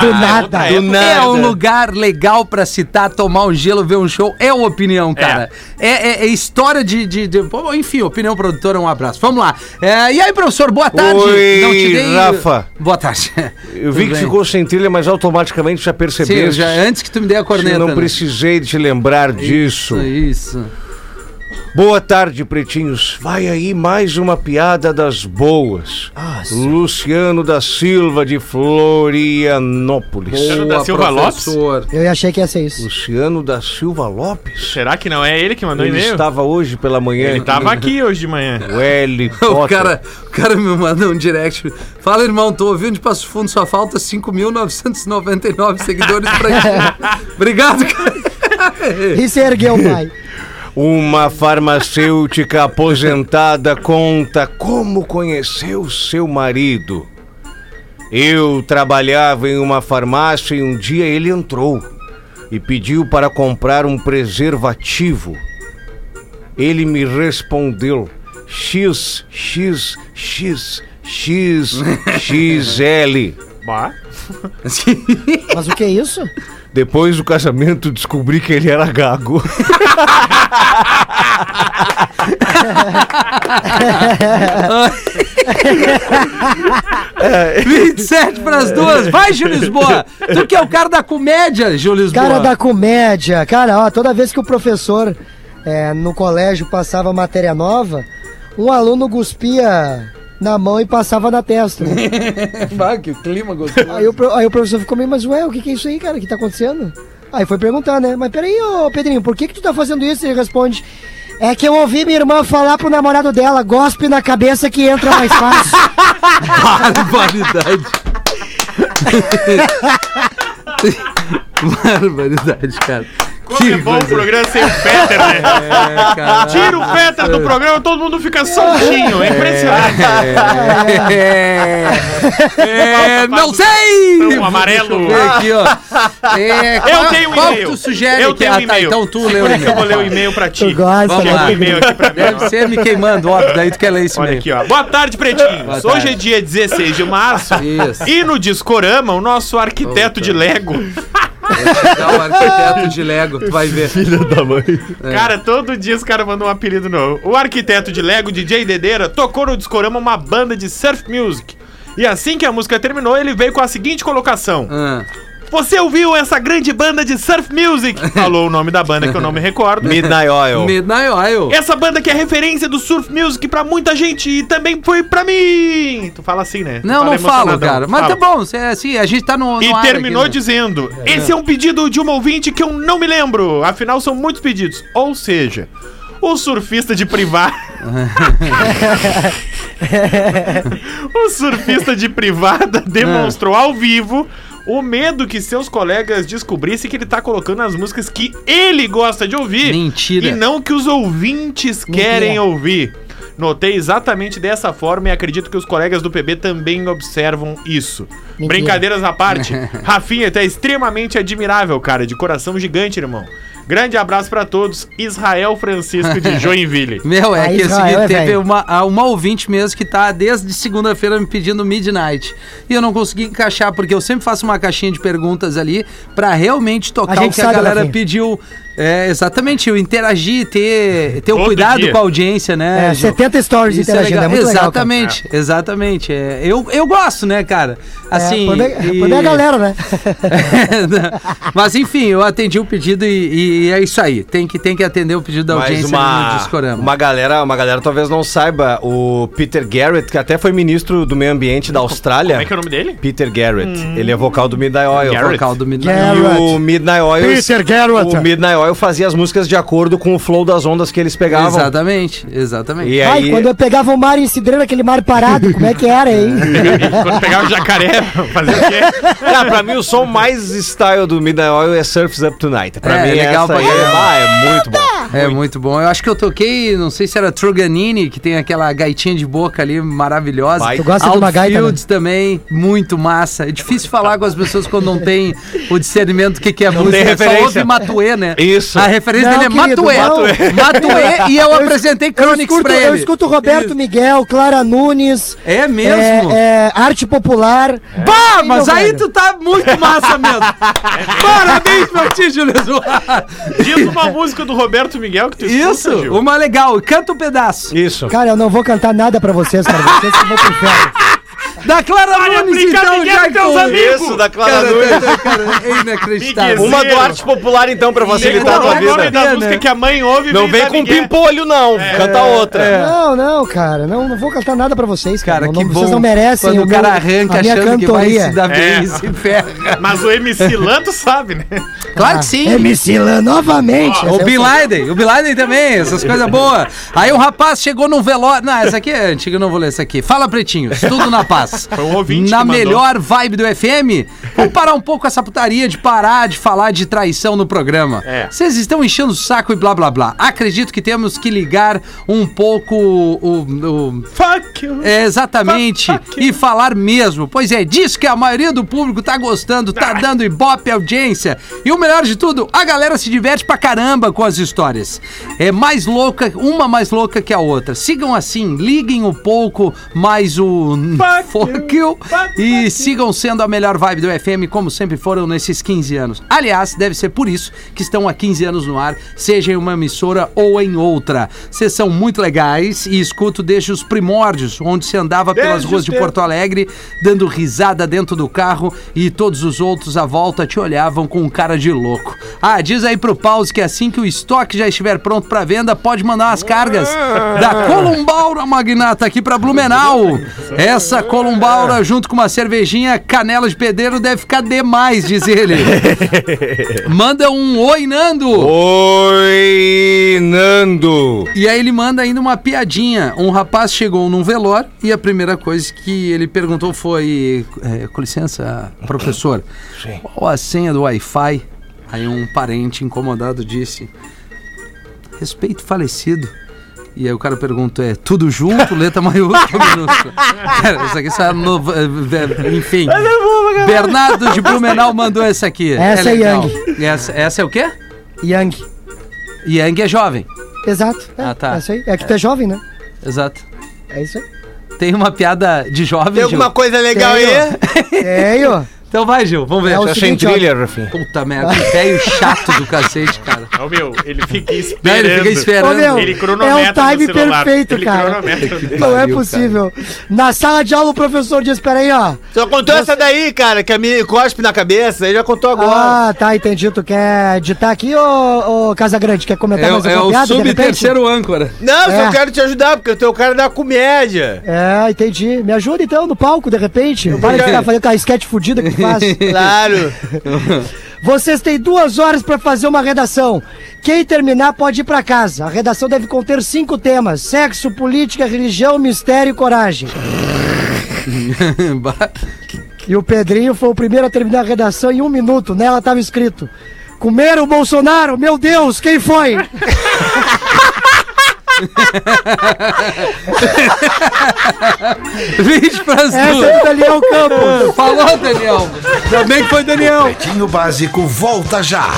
[SPEAKER 8] do nada.
[SPEAKER 7] outra
[SPEAKER 5] do
[SPEAKER 7] época.
[SPEAKER 5] nada.
[SPEAKER 4] É um lugar legal pra citar, tomar um gelo, ver um show. É uma opinião, cara. É, é- é história de, de- de- pô, Enfim, opinião produtora, um abraço. Vamos lá. É, e aí, professor, boa tarde.
[SPEAKER 6] Oi, Rafa.
[SPEAKER 4] Boa tarde.
[SPEAKER 6] Eu
[SPEAKER 4] Tudo
[SPEAKER 6] vi que
[SPEAKER 4] bem?
[SPEAKER 6] ficou sem trilha, mas automaticamente já
[SPEAKER 4] Sim, eu
[SPEAKER 6] percebeste.
[SPEAKER 4] já, antes que tu me dê a
[SPEAKER 6] Eu
[SPEAKER 4] corneta.
[SPEAKER 6] não
[SPEAKER 4] né?
[SPEAKER 6] precisei te lembrar disso.
[SPEAKER 4] Isso.
[SPEAKER 6] Boa tarde, pretinhos. Vai aí mais uma piada das boas.
[SPEAKER 4] Ah,
[SPEAKER 6] Luciano da Silva de Florianópolis.
[SPEAKER 7] Luciano da
[SPEAKER 4] Boa,
[SPEAKER 7] Silva Lopes?
[SPEAKER 4] professor.
[SPEAKER 8] Eu achei que ia ser isso.
[SPEAKER 6] Luciano da Silva Lopes?
[SPEAKER 7] Será que não é ele que mandou
[SPEAKER 6] Ele
[SPEAKER 7] e-mail?
[SPEAKER 6] estava hoje pela manhã.
[SPEAKER 7] Ele tava aqui hoje de manhã.
[SPEAKER 6] O L.
[SPEAKER 4] O
[SPEAKER 6] Potter.
[SPEAKER 4] cara, o cara me manda um direct. Fala, irmão, tô ouvindo de Passo Fundo, só falta 5.999 seguidores pra ti. Obrigado, cara.
[SPEAKER 8] E se ergueu, pai.
[SPEAKER 6] Uma farmacêutica aposentada conta como conheceu seu marido. Eu trabalhava em uma farmácia e um dia ele entrou e pediu para comprar um preservativo. Ele me respondeu: X, X, X, X, XL.
[SPEAKER 7] Bah.
[SPEAKER 8] Mas o que é isso?
[SPEAKER 6] Depois do casamento, descobri que ele era gago.
[SPEAKER 4] É. 27 pras duas. Vai, Gil Lisboa. Tu que é o cara da comédia, Gil Lisboa.
[SPEAKER 8] Cara da comédia. Cara, ó, toda vez que o professor é, no colégio passava matéria nova, um aluno cuspia na mão e passava na testa. né?
[SPEAKER 4] Bah, Ah, que clima gostoso.
[SPEAKER 8] Aí o, pro- aí o professor ficou meio, mas ué, o que, que é isso aí, cara? O que tá acontecendo? Aí foi perguntar, né? Mas peraí, ô Pedrinho, por que, que tu tá fazendo isso? Ele responde. É que eu ouvi minha irmã falar pro namorado dela, gospe na cabeça que entra mais fácil.
[SPEAKER 4] Barbaridade. Barbaridade, cara.
[SPEAKER 7] Como é bom o programa sem o Peter, né?
[SPEAKER 4] É, cara.
[SPEAKER 7] Tira o Peter do programa, todo mundo fica soltinho. É impressionante.
[SPEAKER 4] É, não sei!
[SPEAKER 7] Então, amarelo.
[SPEAKER 4] Deixa eu ver aqui, ó. É, qual-
[SPEAKER 7] tenho um
[SPEAKER 4] Qual que
[SPEAKER 7] e-mail.
[SPEAKER 4] tu sugere
[SPEAKER 7] Eu
[SPEAKER 4] que...
[SPEAKER 7] tenho um
[SPEAKER 4] ah, tá,
[SPEAKER 7] e-mail.
[SPEAKER 4] então tu leu o
[SPEAKER 7] Segura que eu vou ler o
[SPEAKER 4] e-mail.
[SPEAKER 7] e-mail pra ti.
[SPEAKER 8] Tu gosta,
[SPEAKER 4] Vamos
[SPEAKER 7] Chegou
[SPEAKER 4] lá.
[SPEAKER 7] um
[SPEAKER 8] né?
[SPEAKER 7] e-mail aqui pra mim.
[SPEAKER 4] Deve ser me queimando, ó. Daí tu quer ler esse
[SPEAKER 7] Olha
[SPEAKER 4] e-mail.
[SPEAKER 7] aqui, ó. Boa tarde, pretinhos.
[SPEAKER 4] Boa tarde.
[SPEAKER 7] Hoje é dia 16 de março.
[SPEAKER 4] Isso.
[SPEAKER 7] E no Discorama, o nosso arquiteto de Lego.
[SPEAKER 4] Dá o arquiteto de Lego, tu vai ver. É.
[SPEAKER 7] Cara, todo dia os caras mandam um apelido novo. O arquiteto de Lego, DJ Dedeira, tocou no Discorama uma banda de surf music. E assim que a música terminou, ele veio com a seguinte colocação.
[SPEAKER 4] Ah,
[SPEAKER 7] Você ouviu essa grande banda de surf music? Falou o nome da banda que eu não me recordo.
[SPEAKER 6] Midnight Oil.
[SPEAKER 4] Midnight Oil.
[SPEAKER 7] Essa banda que é referência do surf music pra muita gente e também foi pra mim. Tu fala assim, né? Tu
[SPEAKER 4] Não,
[SPEAKER 7] fala
[SPEAKER 4] não falo,
[SPEAKER 7] emocionadão.
[SPEAKER 4] cara. Mas
[SPEAKER 7] Fala.
[SPEAKER 4] tá bom, cê- assim, a gente tá no. no
[SPEAKER 7] E
[SPEAKER 4] ar
[SPEAKER 7] terminou
[SPEAKER 4] aqui, né?
[SPEAKER 7] dizendo: Esse é um pedido de uma ouvinte que eu não me lembro. Afinal, são muitos pedidos. Ou seja, o surfista de privado. o surfista de privada
[SPEAKER 4] É.
[SPEAKER 7] demonstrou ao vivo. O medo que seus colegas descobrissem que ele tá colocando as músicas que ele gosta de ouvir.
[SPEAKER 4] Mentira.
[SPEAKER 7] E não que os ouvintes querem ouvir. Notei exatamente dessa forma e acredito que os colegas do PB também observam isso. Brincadeiras à parte, Rafinha tá extremamente admirável, cara, de coração gigante, irmão. Grande abraço pra todos, Israel Francisco de Joinville.
[SPEAKER 4] Meu,
[SPEAKER 8] Ah,
[SPEAKER 4] é que é o
[SPEAKER 8] Israel,
[SPEAKER 4] seguinte,
[SPEAKER 8] é,
[SPEAKER 4] teve
[SPEAKER 8] velho.
[SPEAKER 4] uma, ah, uma ouvinte mesmo que tá desde segunda-feira me pedindo Midnight. E eu não consegui encaixar, porque eu sempre faço uma caixinha de perguntas ali pra realmente tocar o
[SPEAKER 8] gente
[SPEAKER 4] que a
[SPEAKER 8] sabe,
[SPEAKER 4] galera
[SPEAKER 8] Rafinha.
[SPEAKER 4] pediu. É, exatamente, eu interagir, ter, ter o
[SPEAKER 7] Todo
[SPEAKER 4] cuidado
[SPEAKER 7] dia.
[SPEAKER 4] com a audiência, né?
[SPEAKER 8] É,
[SPEAKER 4] Gil?
[SPEAKER 8] 70 stories
[SPEAKER 4] Isso
[SPEAKER 8] interagindo, é muito legal, cara.
[SPEAKER 4] exatamente, exatamente. É, eu, eu gosto, né, cara? Assim.
[SPEAKER 8] é, poder,
[SPEAKER 4] e-
[SPEAKER 8] poder a galera, né?
[SPEAKER 4] Mas enfim, eu atendi o pedido e, e é isso aí. Tem que, tem que atender o pedido da
[SPEAKER 6] Mas
[SPEAKER 4] audiência ali no
[SPEAKER 6] uma,
[SPEAKER 4] Discorama.
[SPEAKER 6] uma galera, uma galera talvez não saiba, o Peter Garrett, que até foi ministro do meio ambiente da Austrália.
[SPEAKER 7] Como é que é o nome dele?
[SPEAKER 6] Peter Garrett, ele é vocal do Midnight Oil.
[SPEAKER 7] Garrett.
[SPEAKER 4] Hum. Vocal do Midnight.
[SPEAKER 8] Yeah.
[SPEAKER 6] E o Midnight Oil,
[SPEAKER 5] Peter Garrett.
[SPEAKER 6] o Midnight Oil fazia as músicas de acordo com o flow das ondas que eles pegavam.
[SPEAKER 4] Exatamente, exatamente.
[SPEAKER 6] E
[SPEAKER 8] Ai,
[SPEAKER 6] aí,
[SPEAKER 8] quando é- eu pegava o mar em cidreira, aquele mar parado, como é que era, hein?
[SPEAKER 7] Quando pegava o jacaré, fazer o quê?
[SPEAKER 6] Cara, ah, pra mim o som mais style do Midnight Oil é Surf's Up Tonight. Pra
[SPEAKER 4] É,
[SPEAKER 6] mim
[SPEAKER 4] legal
[SPEAKER 6] essa
[SPEAKER 4] pra
[SPEAKER 6] aí é,
[SPEAKER 4] caramba.
[SPEAKER 6] ah, é muito bom.
[SPEAKER 4] É muito bom. Eu acho que eu toquei, não sei se era Truganini, que tem aquela gaitinha de boca ali maravilhosa.
[SPEAKER 6] Vai.
[SPEAKER 4] Tu
[SPEAKER 6] Tu
[SPEAKER 8] gosta de uma gaita, né?
[SPEAKER 4] Fields também, muito massa. É difícil falar com as pessoas quando não tem o discernimento do que, que é música.
[SPEAKER 6] tem
[SPEAKER 4] Só
[SPEAKER 6] referência.
[SPEAKER 4] ouve Matuê, né?
[SPEAKER 6] Isso.
[SPEAKER 4] A referência
[SPEAKER 8] Não,
[SPEAKER 4] dele é
[SPEAKER 8] querido,
[SPEAKER 4] Matuê. Matuê.
[SPEAKER 8] não.
[SPEAKER 4] e eu apresentei
[SPEAKER 8] Eu
[SPEAKER 4] Chronics
[SPEAKER 8] escuto,
[SPEAKER 4] pra ele.
[SPEAKER 8] eu escuto Roberto Miguel, Clara Nunes.
[SPEAKER 4] É mesmo?
[SPEAKER 8] É,
[SPEAKER 4] É.
[SPEAKER 8] é, arte popular.
[SPEAKER 4] Bah, mas
[SPEAKER 8] meu
[SPEAKER 4] aí
[SPEAKER 8] velho.
[SPEAKER 4] tu tá muito massa mesmo.
[SPEAKER 6] É
[SPEAKER 4] Parabéns pra ti, Júlio
[SPEAKER 7] Diz uma música do Roberto Miguel que tu escuta,
[SPEAKER 4] Isso,
[SPEAKER 7] Gil.
[SPEAKER 4] uma legal. Canta um pedaço.
[SPEAKER 6] Isso.
[SPEAKER 8] Cara, eu não vou cantar nada pra vocês, cara. Vocês que vão pro inferno.
[SPEAKER 4] Da Clara
[SPEAKER 7] Olha,
[SPEAKER 4] Nunes, então,
[SPEAKER 7] brincadeira,
[SPEAKER 4] já que
[SPEAKER 7] então,
[SPEAKER 4] tu
[SPEAKER 7] meus amigos.
[SPEAKER 6] Isso, da Clara
[SPEAKER 4] Cara,
[SPEAKER 6] Nunes.
[SPEAKER 4] tá- cara, é inacreditável.
[SPEAKER 7] Miguezinho.
[SPEAKER 6] Uma do arte popular, então, pra facilitar a
[SPEAKER 7] Decorou
[SPEAKER 6] tua
[SPEAKER 7] o é nome
[SPEAKER 6] vida.
[SPEAKER 7] das
[SPEAKER 4] É, né?
[SPEAKER 7] músicas que a mãe ouve.
[SPEAKER 6] Não
[SPEAKER 7] vem
[SPEAKER 6] vem
[SPEAKER 7] da
[SPEAKER 6] com
[SPEAKER 7] Miguel.
[SPEAKER 6] pimpolho, não.
[SPEAKER 7] É.
[SPEAKER 6] Canta outra.
[SPEAKER 4] É,
[SPEAKER 8] Não, não, cara. Não, não vou cantar nada pra vocês, cara.
[SPEAKER 4] Cara,
[SPEAKER 8] não,
[SPEAKER 4] que
[SPEAKER 8] não-
[SPEAKER 4] bom.
[SPEAKER 8] Vocês não merecem
[SPEAKER 4] Quando o
[SPEAKER 8] meu-
[SPEAKER 4] cara arranca
[SPEAKER 8] a minha
[SPEAKER 4] achando que vai
[SPEAKER 8] cantoria.
[SPEAKER 4] se dar bem
[SPEAKER 7] É.
[SPEAKER 4] e se ferra.
[SPEAKER 7] Mas o MC Lan, tu sabe, né?
[SPEAKER 4] Claro que sim.
[SPEAKER 8] MC Lan É novamente. Essa
[SPEAKER 4] O
[SPEAKER 8] eu
[SPEAKER 4] Bin
[SPEAKER 8] sei.
[SPEAKER 4] Laden, o Bin Laden também, essas coisas boas. Aí um rapaz chegou num velório. Não, essa aqui é antiga, eu não vou ler essa aqui. Fala, pretinhos, tudo na paz.
[SPEAKER 7] Foi um ouvinte
[SPEAKER 4] Na
[SPEAKER 7] que mandou.
[SPEAKER 4] melhor vibe do FM, vou parar um pouco essa putaria de parar de falar de traição no programa.
[SPEAKER 7] É.
[SPEAKER 4] Vocês estão enchendo o saco e blá blá blá. Acredito que temos que ligar um pouco o- o- o
[SPEAKER 7] Fuck you.
[SPEAKER 4] é, exatamente. E falar mesmo. Pois é, diz que a maioria do público tá gostando, tá dando ibope à audiência. E o melhor de tudo, a galera se diverte pra caramba com as histórias. É mais louca, uma mais louca que a outra. Sigam assim, liguem um pouco mais o Fuck you. e sigam sendo a melhor vibe do FM, como sempre foram nesses 15 anos. Aliás, deve ser por isso que estão há 15 anos no ar, seja em uma emissora ou em outra. Vocês são muito legais e escuto desde os primórdios, onde se andava pelas
[SPEAKER 7] Desde
[SPEAKER 4] ruas
[SPEAKER 7] os
[SPEAKER 4] de
[SPEAKER 7] tempos.
[SPEAKER 4] Porto Alegre, dando risada dentro do carro e todos os outros à volta te olhavam com cara de louco. Ah, diz aí pro Pause que assim que o estoque já estiver pronto pra venda, pode mandar as cargas da Columbaura Magnata aqui pra Blumenau. Essa Columbaura junto com uma cervejinha canela de pedreiro deve ficar demais, diz ele. Manda um oi, Nando.
[SPEAKER 5] Oi, Nando.
[SPEAKER 4] E aí ele manda ainda uma piadinha. Um rapaz chegou num velório e a primeira coisa que ele perguntou foi: eh, Com licença, professor, qual a senha do Wi-Fi? Aí um parente incomodado disse: Respeito falecido. E aí o cara pergunta, é tudo junto, letra maiúscula, minúscula? Cara, isso aqui é novo, enfim.
[SPEAKER 8] é
[SPEAKER 4] Bernardo de Blumenau mandou essa aqui.
[SPEAKER 8] Essa é
[SPEAKER 4] legal.
[SPEAKER 8] Yang.
[SPEAKER 4] Essa, essa é o quê?
[SPEAKER 8] Yang.
[SPEAKER 4] Yang é jovem.
[SPEAKER 8] Exato. É,
[SPEAKER 4] Ah, tá.
[SPEAKER 8] É isso aí. É que tu é jovem, né?
[SPEAKER 4] Exato.
[SPEAKER 8] É isso aí.
[SPEAKER 4] Tem uma piada de jovem,
[SPEAKER 5] Tem
[SPEAKER 4] Gil?
[SPEAKER 5] alguma coisa legal aí?
[SPEAKER 8] Tenho. Tenho.
[SPEAKER 4] Então vai, Gil, vamos ver.
[SPEAKER 8] É o
[SPEAKER 5] Eu achei
[SPEAKER 8] seguinte,
[SPEAKER 5] thriller, Rafinha.
[SPEAKER 4] Puta merda, que velho chato do cacete, cara.
[SPEAKER 7] Não, meu, ele fica
[SPEAKER 4] Não,
[SPEAKER 7] esperando.
[SPEAKER 4] ele fica
[SPEAKER 8] Ô,
[SPEAKER 4] esperando.
[SPEAKER 8] meu,
[SPEAKER 7] Ele cronometra
[SPEAKER 8] é o time
[SPEAKER 7] no celular.
[SPEAKER 8] perfeito,
[SPEAKER 7] Ele
[SPEAKER 8] cara.
[SPEAKER 7] cronometra.
[SPEAKER 8] Não é
[SPEAKER 4] Pariu,
[SPEAKER 8] possível. Na sala de aula, o professor diz: peraí, ó.
[SPEAKER 5] Só contou essa daí, cara, que a minha cospe na cabeça. Ele já contou agora.
[SPEAKER 8] Ah, tá, entendi. Tu quer editar aqui, ô, ô Casa Grande? Quer comentar mais
[SPEAKER 4] É, é
[SPEAKER 8] alguma
[SPEAKER 4] o
[SPEAKER 8] piada, de repente?
[SPEAKER 4] subterceiro âncora.
[SPEAKER 5] Não,
[SPEAKER 8] É.
[SPEAKER 5] só quero te ajudar, porque tu é o cara da comédia.
[SPEAKER 8] É, entendi. Me ajuda então no palco, de repente. Para de
[SPEAKER 5] quero.
[SPEAKER 8] ficar fazendo aquela sketch fudida que tu faz.
[SPEAKER 5] Claro.
[SPEAKER 8] Vocês têm duas horas para fazer uma redação. Quem terminar pode ir para casa. A redação deve conter cinco temas: sexo, política, religião, mistério e coragem. E o Pedrinho foi o primeiro a terminar a redação em um minuto. Nela estava escrito: Comeram o Bolsonaro? Meu Deus, quem foi?
[SPEAKER 4] Vídeo pras
[SPEAKER 8] Essa é do
[SPEAKER 4] duas.
[SPEAKER 8] Daniel Campos.
[SPEAKER 4] Falou, Daniel. Também que foi Daniel.
[SPEAKER 2] Pretinho Básico volta já.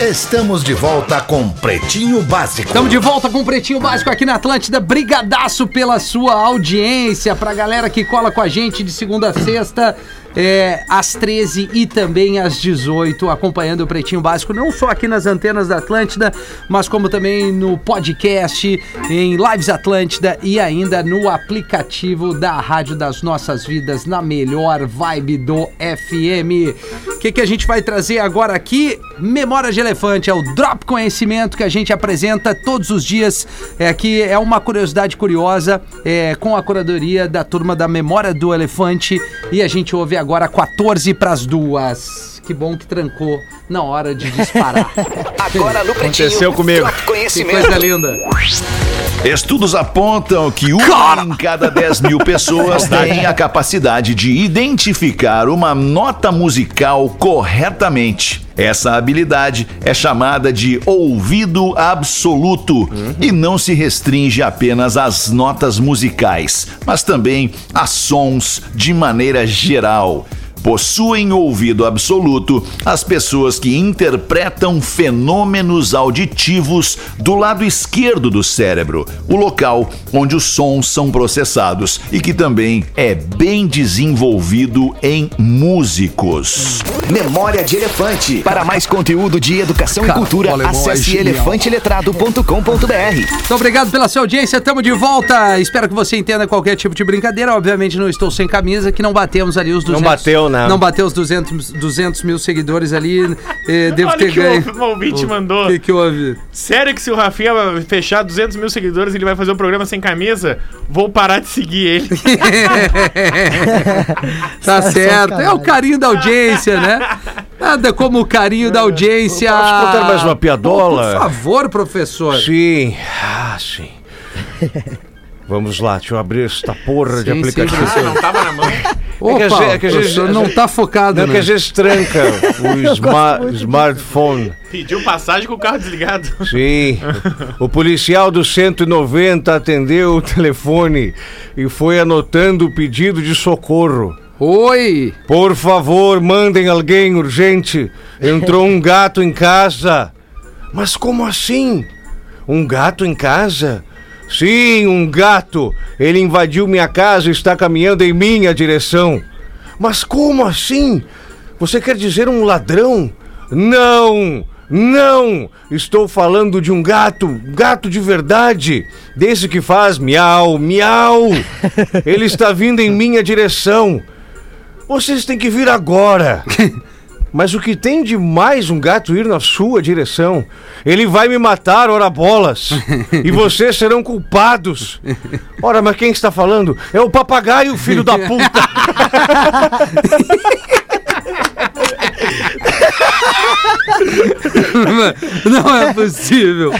[SPEAKER 2] Estamos de volta com Pretinho Básico.
[SPEAKER 4] Estamos de volta com o Pretinho Básico aqui na Atlântida. Brigadaço pela sua audiência, pra galera que cola com a gente de segunda a sexta, é, às 13 e também às 18, acompanhando o Pretinho Básico, não só aqui nas antenas da Atlântida, mas como também no podcast, em Lives Atlântida e ainda no aplicativo da Rádio das Nossas Vidas, na melhor vibe do FM. O que, que a gente vai trazer agora aqui? Memória de Elefante, é o Drop Conhecimento que a gente apresenta todos os dias. É que é uma curiosidade curiosa é, com a curadoria da turma da Memória do Elefante. E a gente ouve agora 14 para as duas. Que bom que trancou na hora de disparar.
[SPEAKER 10] Agora no Pretinho.
[SPEAKER 6] Aconteceu comigo.
[SPEAKER 10] Drop
[SPEAKER 4] que
[SPEAKER 10] Conhecimento.
[SPEAKER 4] coisa linda.
[SPEAKER 2] Estudos apontam que uma em cada 10 mil pessoas tem a capacidade de identificar uma nota musical corretamente. Essa habilidade é chamada de ouvido absoluto e não se restringe apenas às notas musicais, mas também a sons de maneira geral. possuem ouvido absoluto as pessoas que interpretam fenômenos auditivos do lado esquerdo do cérebro, o local onde os sons são processados e que também é bem desenvolvido em músicos.
[SPEAKER 10] Memória de Elefante. Para mais conteúdo de educação e
[SPEAKER 4] Cara, o
[SPEAKER 10] cultura,
[SPEAKER 4] alemão é
[SPEAKER 10] acesse
[SPEAKER 4] genial.
[SPEAKER 10] elefanteletrado.com.br.
[SPEAKER 4] Muito obrigado pela sua audiência, tamo de volta. Espero que você entenda qualquer tipo de brincadeira. Obviamente não estou sem camisa, que não batemos ali os 200...
[SPEAKER 6] bateu, né?
[SPEAKER 4] Não bateu os 200, 200 mil seguidores ali. eh, devo
[SPEAKER 7] Olha
[SPEAKER 4] ter
[SPEAKER 7] o que
[SPEAKER 4] ganho...
[SPEAKER 7] o ouvinte mandou.
[SPEAKER 4] O que, que houve?
[SPEAKER 7] Sério que se o Rafinha fechar 200 mil seguidores, ele vai fazer um programa sem camisa? Vou parar de seguir ele.
[SPEAKER 4] Tá certo. É o carinho da audiência, né? Nada como o carinho
[SPEAKER 7] É,
[SPEAKER 4] da audiência.
[SPEAKER 6] Posso contar mais uma piadola?
[SPEAKER 4] Por favor, professor.
[SPEAKER 6] Sim, ah, sim. Vamos lá, deixa eu abrir esta porra de
[SPEAKER 4] Sim, sim,
[SPEAKER 6] aplicativo.
[SPEAKER 4] professor.
[SPEAKER 7] Ah, Tava na mão.
[SPEAKER 4] Opa,
[SPEAKER 6] que a gente- é que a
[SPEAKER 4] o professor
[SPEAKER 6] gente-
[SPEAKER 4] não tá focado,
[SPEAKER 6] Não, é
[SPEAKER 4] né?
[SPEAKER 6] que às vezes tranca o sma- smartphone.
[SPEAKER 7] Pediu passagem com o carro desligado.
[SPEAKER 6] Sim. O policial do 190 atendeu o telefone e foi anotando o pedido de socorro.
[SPEAKER 4] Oi!
[SPEAKER 6] Por favor, mandem alguém urgente. Entrou um gato em casa. Mas como assim? Um gato em casa? Sim, um gato. Ele invadiu minha casa e está caminhando em minha direção. Mas como assim? Você quer dizer um ladrão? Não! Não! Estou falando de um gato, um gato de verdade, desse que faz miau, miau. Ele está vindo em minha direção. Vocês têm que vir agora. Mas o que tem de mais um gato ir na sua direção? Ele vai me matar, ora bolas. E vocês serão culpados. Ora, mas quem está falando? É o papagaio, filho da puta.
[SPEAKER 4] Não é possível.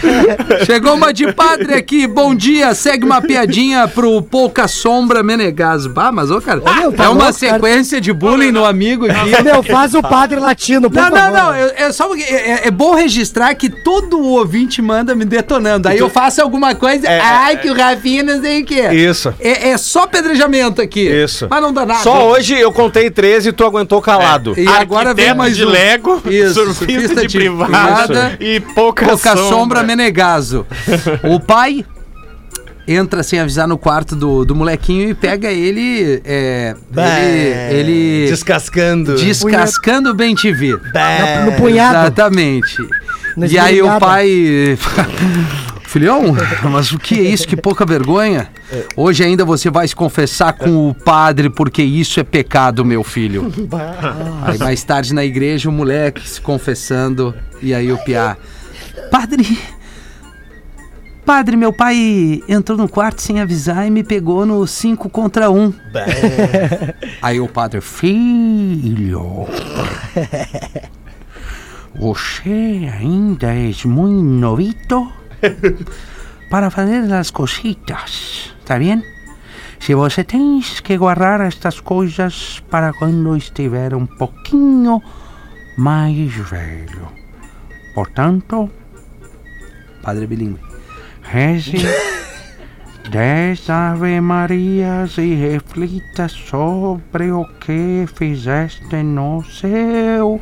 [SPEAKER 4] Chegou uma de padre aqui. Bom dia. Segue uma piadinha pro Pouca Sombra Menegas. Bah, mas ô, cara,
[SPEAKER 8] meu, tá
[SPEAKER 4] é uma
[SPEAKER 8] louco, cara.
[SPEAKER 4] sequência de bullying no amigo aqui.
[SPEAKER 8] Meu, faz o padre latino, por
[SPEAKER 4] Não, não,
[SPEAKER 8] favor.
[SPEAKER 4] não. eu- É, só porque é, é- é bom registrar que todo ouvinte manda me detonando. Aí eu faço alguma coisa.
[SPEAKER 6] É,
[SPEAKER 4] ai, que o Rafinha não sei o quê.
[SPEAKER 6] Isso.
[SPEAKER 4] É, é só pedrejamento aqui.
[SPEAKER 6] Isso.
[SPEAKER 4] Mas não dá nada.
[SPEAKER 6] Só hoje eu contei 13 e tu aguentou calado.
[SPEAKER 4] E agora vem
[SPEAKER 7] Arquiteto
[SPEAKER 4] mais
[SPEAKER 7] de
[SPEAKER 4] um.
[SPEAKER 7] Lego,
[SPEAKER 4] Isso,
[SPEAKER 7] surfista, de, privada, e pouca,
[SPEAKER 4] Pouca sombra, Menegaso. O pai entra sem avisar no quarto do, do molequinho e pega ele. É, ele, ele
[SPEAKER 5] Descascando.
[SPEAKER 4] descascando o bem te vi.
[SPEAKER 8] No,
[SPEAKER 4] É,
[SPEAKER 8] no punhado.
[SPEAKER 4] Exatamente.
[SPEAKER 8] Nesse
[SPEAKER 4] e aí o
[SPEAKER 8] delegado.
[SPEAKER 4] pai. Filhão, mas o que é isso? Que pouca vergonha. Hoje ainda você vai se confessar com o padre, porque isso é pecado, meu filho. Aí mais tarde na igreja, o moleque se confessando, e aí o piá. Padre. Padre, meu pai entrou no quarto sem avisar e me pegou no 5 contra 1. Um. Aí o padre, filho. Você ainda és muito novito para fazer as cositas, tá bem? Se você tens que guardar estas coisas para quando estiver um pouquinho mais velho. Portanto, Padre Bilingue, reze dez Ave Marias e reflita sobre o que fizeste no seu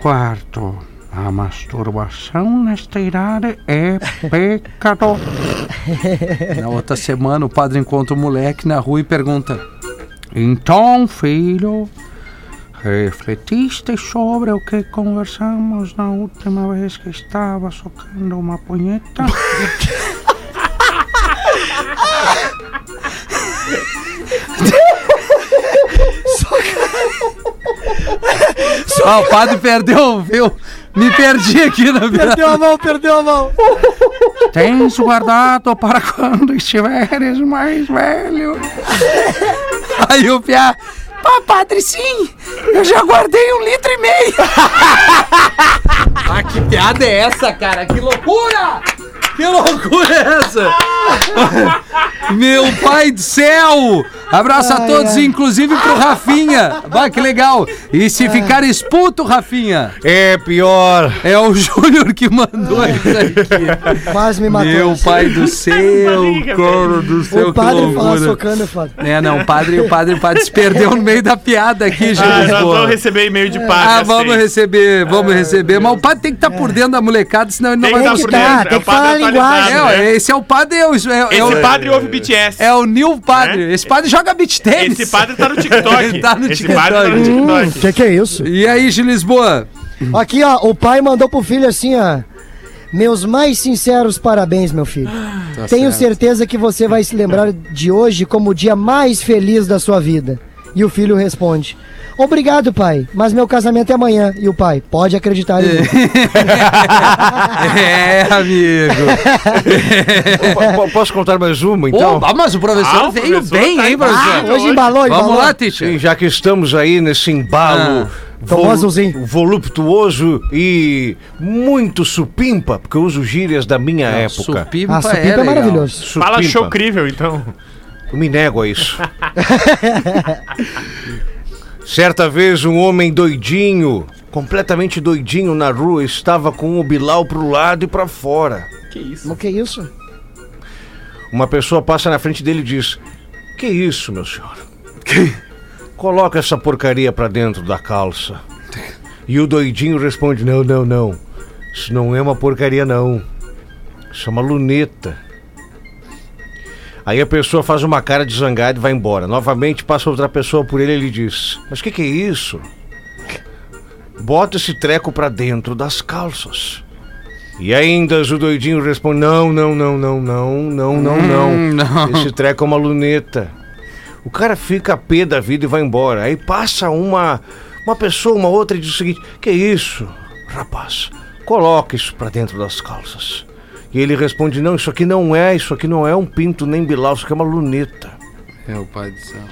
[SPEAKER 4] quarto. A masturbação nesta idade é pecado. Na outra semana, o padre encontra o moleque na rua e pergunta: Então, filho, refletiste sobre o que conversamos na última vez que estava socando uma punheta? Ah, o padre perdeu, viu? Me perdi aqui na vida.
[SPEAKER 8] Perdeu a mão, perdeu a mão.
[SPEAKER 4] Tens guardado para quando estiveres mais velho. Aí o Piá. Pá, padre, sim! Eu já guardei um litro e meio! ah, que piada é essa, cara? Que loucura! Que loucura é essa? Meu pai do céu! Abraço a
[SPEAKER 8] Ai,
[SPEAKER 4] todos,
[SPEAKER 8] ai.
[SPEAKER 4] inclusive pro Rafinha. Bah, que legal. E se ficar expulso, Rafinha,
[SPEAKER 6] É pior.
[SPEAKER 4] é o Júnior que mandou isso aqui.
[SPEAKER 8] Quase me matou.
[SPEAKER 4] Meu pai do céu,
[SPEAKER 7] barriga,
[SPEAKER 4] coro do céu,
[SPEAKER 8] O padre
[SPEAKER 4] que
[SPEAKER 8] falar
[SPEAKER 4] loucura.
[SPEAKER 8] socando é foda.
[SPEAKER 4] É, não, o padre, o padre, o padre se perdeu no meio da piada aqui, gente.
[SPEAKER 7] Ah, nós
[SPEAKER 4] boa.
[SPEAKER 7] vamos receber e-mail de padre.
[SPEAKER 4] Ah,
[SPEAKER 7] assim.
[SPEAKER 4] vamos receber, vamos receber. Mas o padre tem que estar por dentro da molecada, senão ele não
[SPEAKER 7] É. Tem que tá por
[SPEAKER 8] que
[SPEAKER 4] vai
[SPEAKER 8] tá,
[SPEAKER 7] dentro.
[SPEAKER 8] tem
[SPEAKER 7] é o
[SPEAKER 8] que falar a
[SPEAKER 7] padre atualizado,
[SPEAKER 8] linguagem.
[SPEAKER 4] É, ó,
[SPEAKER 7] né?
[SPEAKER 4] esse é o padre, é o, é, é
[SPEAKER 7] Esse
[SPEAKER 4] o,
[SPEAKER 7] padre ouve BTS.
[SPEAKER 4] é o Nil Padre.
[SPEAKER 7] Né?
[SPEAKER 4] Esse padre joga beat tênis.
[SPEAKER 7] Esse padre tá no TikTok.
[SPEAKER 4] Ele tá no
[SPEAKER 7] Esse
[SPEAKER 4] TikTok. Hum,
[SPEAKER 7] padre tá no TikTok.
[SPEAKER 8] O que, que é isso?
[SPEAKER 4] E aí, Gil Lisboa?
[SPEAKER 8] Aqui, ó, o pai mandou pro filho assim, ó. Meus mais sinceros parabéns, meu filho. Tenho certeza que você vai se lembrar de hoje como o dia mais feliz da sua vida. E o filho responde: Obrigado, pai, mas meu casamento é amanhã. E o pai, pode acreditar em mim.
[SPEAKER 4] É, amigo.
[SPEAKER 6] Po- Posso contar mais uma, então?
[SPEAKER 4] Opa, mas o professor
[SPEAKER 7] Ah, o
[SPEAKER 4] veio
[SPEAKER 7] professor
[SPEAKER 4] bem,
[SPEAKER 7] tá
[SPEAKER 4] hein, professor?
[SPEAKER 7] embalado.
[SPEAKER 8] Hoje embalou, embalou.
[SPEAKER 4] Vamos lá, Ticha.
[SPEAKER 6] Sim, já que estamos aí nesse embalo volu-
[SPEAKER 8] Famosozinho.
[SPEAKER 6] voluptuoso e muito supimpa, porque eu uso gírias da minha época.
[SPEAKER 4] Supimpa,
[SPEAKER 8] Ah, Supimpa é
[SPEAKER 4] legal.
[SPEAKER 8] maravilhoso.
[SPEAKER 7] Fala
[SPEAKER 6] Supimpa.
[SPEAKER 7] chocrível, então.
[SPEAKER 6] Eu me nego a isso. Certa vez um homem doidinho, completamente doidinho na rua, estava com o Bilal pro lado e pra fora.
[SPEAKER 8] O que é isso?
[SPEAKER 6] Uma pessoa passa na frente dele e diz: Que isso, meu senhor? Coloca essa porcaria pra dentro da calça. E o doidinho responde: Não, não, não. Isso não é uma porcaria, não. Isso é uma luneta. Aí a pessoa faz uma cara de zangada e vai embora. Novamente passa outra pessoa por ele e ele diz: Mas o que, que é isso? Bota esse treco pra dentro das calças. E ainda o doidinho responde: Não, não, não, não, não, não, não, não. Esse treco é uma luneta. O cara fica a pé da vida e vai embora. Aí passa uma, uma pessoa, uma outra, e diz o seguinte: Que isso, rapaz? Coloca isso pra dentro das calças. E ele responde: Não, isso aqui não é, isso aqui não é um pinto nem bilau, isso aqui é uma luneta.
[SPEAKER 4] É o pai do céu.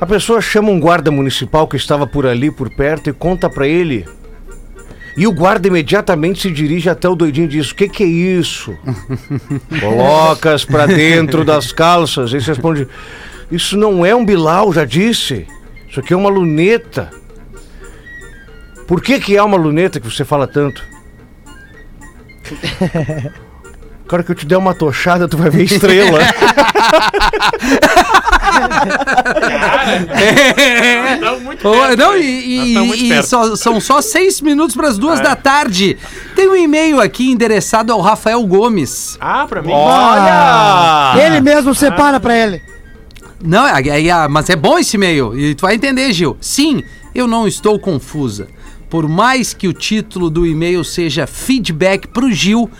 [SPEAKER 6] A pessoa chama um guarda municipal que estava por ali, por perto, e conta pra ele. E o guarda imediatamente se dirige até o doidinho e diz: O que, que é isso? Colocas pra dentro das calças. Ele responde: Isso não é um bilau, já disse. Isso aqui é uma luneta. Por que, que é uma luneta que você fala tanto? Cara, que eu te der uma tochada, tu vai ver estrela.
[SPEAKER 7] Não, muito
[SPEAKER 4] Ô,
[SPEAKER 7] perto,
[SPEAKER 4] É. não,
[SPEAKER 7] velho. É, Nós
[SPEAKER 4] e,
[SPEAKER 7] estamos
[SPEAKER 4] e-
[SPEAKER 7] muito
[SPEAKER 4] e
[SPEAKER 7] perto. É.
[SPEAKER 4] só- são só seis minutos para as duas da tarde. Tem um e-mail aqui endereçado ao Rafael Gomes.
[SPEAKER 7] Ah, pra mim.
[SPEAKER 6] Olha!
[SPEAKER 8] Ah, Ele mesmo separa pra ele.
[SPEAKER 4] Não, é, é- é- mas é bom esse e-mail. E tu vai entender, Gil. Sim, eu não estou confusa. Por mais que o título do e-mail seja feedback pro Gil,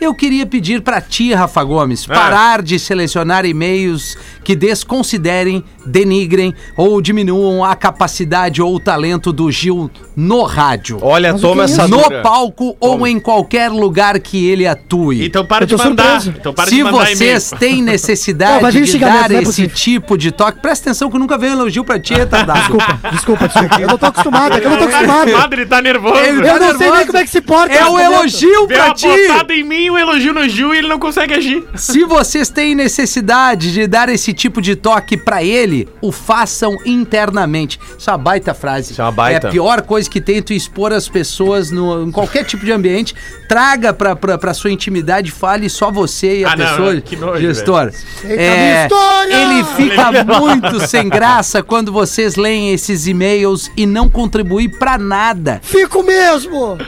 [SPEAKER 4] eu queria pedir pra ti, Rafa Gomes,
[SPEAKER 7] É.
[SPEAKER 4] parar de selecionar e-mails que desconsiderem, denigrem ou diminuam a capacidade ou o talento do Gil no rádio.
[SPEAKER 6] Olha,
[SPEAKER 8] Mas o
[SPEAKER 6] toma
[SPEAKER 8] que é
[SPEAKER 6] essa
[SPEAKER 8] isso?
[SPEAKER 4] no
[SPEAKER 6] dura.
[SPEAKER 4] palco ou em qualquer lugar que ele atue.
[SPEAKER 7] Então para
[SPEAKER 8] Eu
[SPEAKER 7] de
[SPEAKER 8] tô
[SPEAKER 7] mandar.
[SPEAKER 8] surpreso.
[SPEAKER 7] Então para
[SPEAKER 4] Se
[SPEAKER 7] de mandar
[SPEAKER 4] vocês
[SPEAKER 7] e-mail.
[SPEAKER 4] têm
[SPEAKER 8] Não,
[SPEAKER 4] necessidade
[SPEAKER 8] mas vem
[SPEAKER 4] de
[SPEAKER 8] xingamento,
[SPEAKER 4] dar
[SPEAKER 8] não é
[SPEAKER 4] esse
[SPEAKER 8] possível.
[SPEAKER 4] tipo de toque, presta atenção que nunca veio elogio pra ti, retardado.
[SPEAKER 8] Desculpa, desculpa. Eu não tô acostumado, é que eu não tô acostumado.
[SPEAKER 7] Padre, ele tá nervoso.
[SPEAKER 4] Ele
[SPEAKER 8] Eu não sei
[SPEAKER 4] nervoso.
[SPEAKER 8] nem como é que se porta.
[SPEAKER 4] É um elogio
[SPEAKER 7] Deu a
[SPEAKER 4] pra ti!
[SPEAKER 7] botada em mim, o elogio no Gil e ele não consegue agir.
[SPEAKER 4] Se vocês têm necessidade de dar esse tipo de toque pra ele, o façam internamente. Isso é uma baita frase.
[SPEAKER 6] Isso é uma baita.
[SPEAKER 4] É a pior coisa que tem tu expor as pessoas no, em qualquer tipo de ambiente. Traga pra, pra, pra sua intimidade, fale só você e a
[SPEAKER 7] Ah, não,
[SPEAKER 4] pessoa.
[SPEAKER 7] não, que nojo,
[SPEAKER 4] gestor. É,
[SPEAKER 8] minha história!
[SPEAKER 4] ele fica muito sem graça quando vocês leem esses e-mails e não contribuem pra nada.
[SPEAKER 8] Fico mesmo!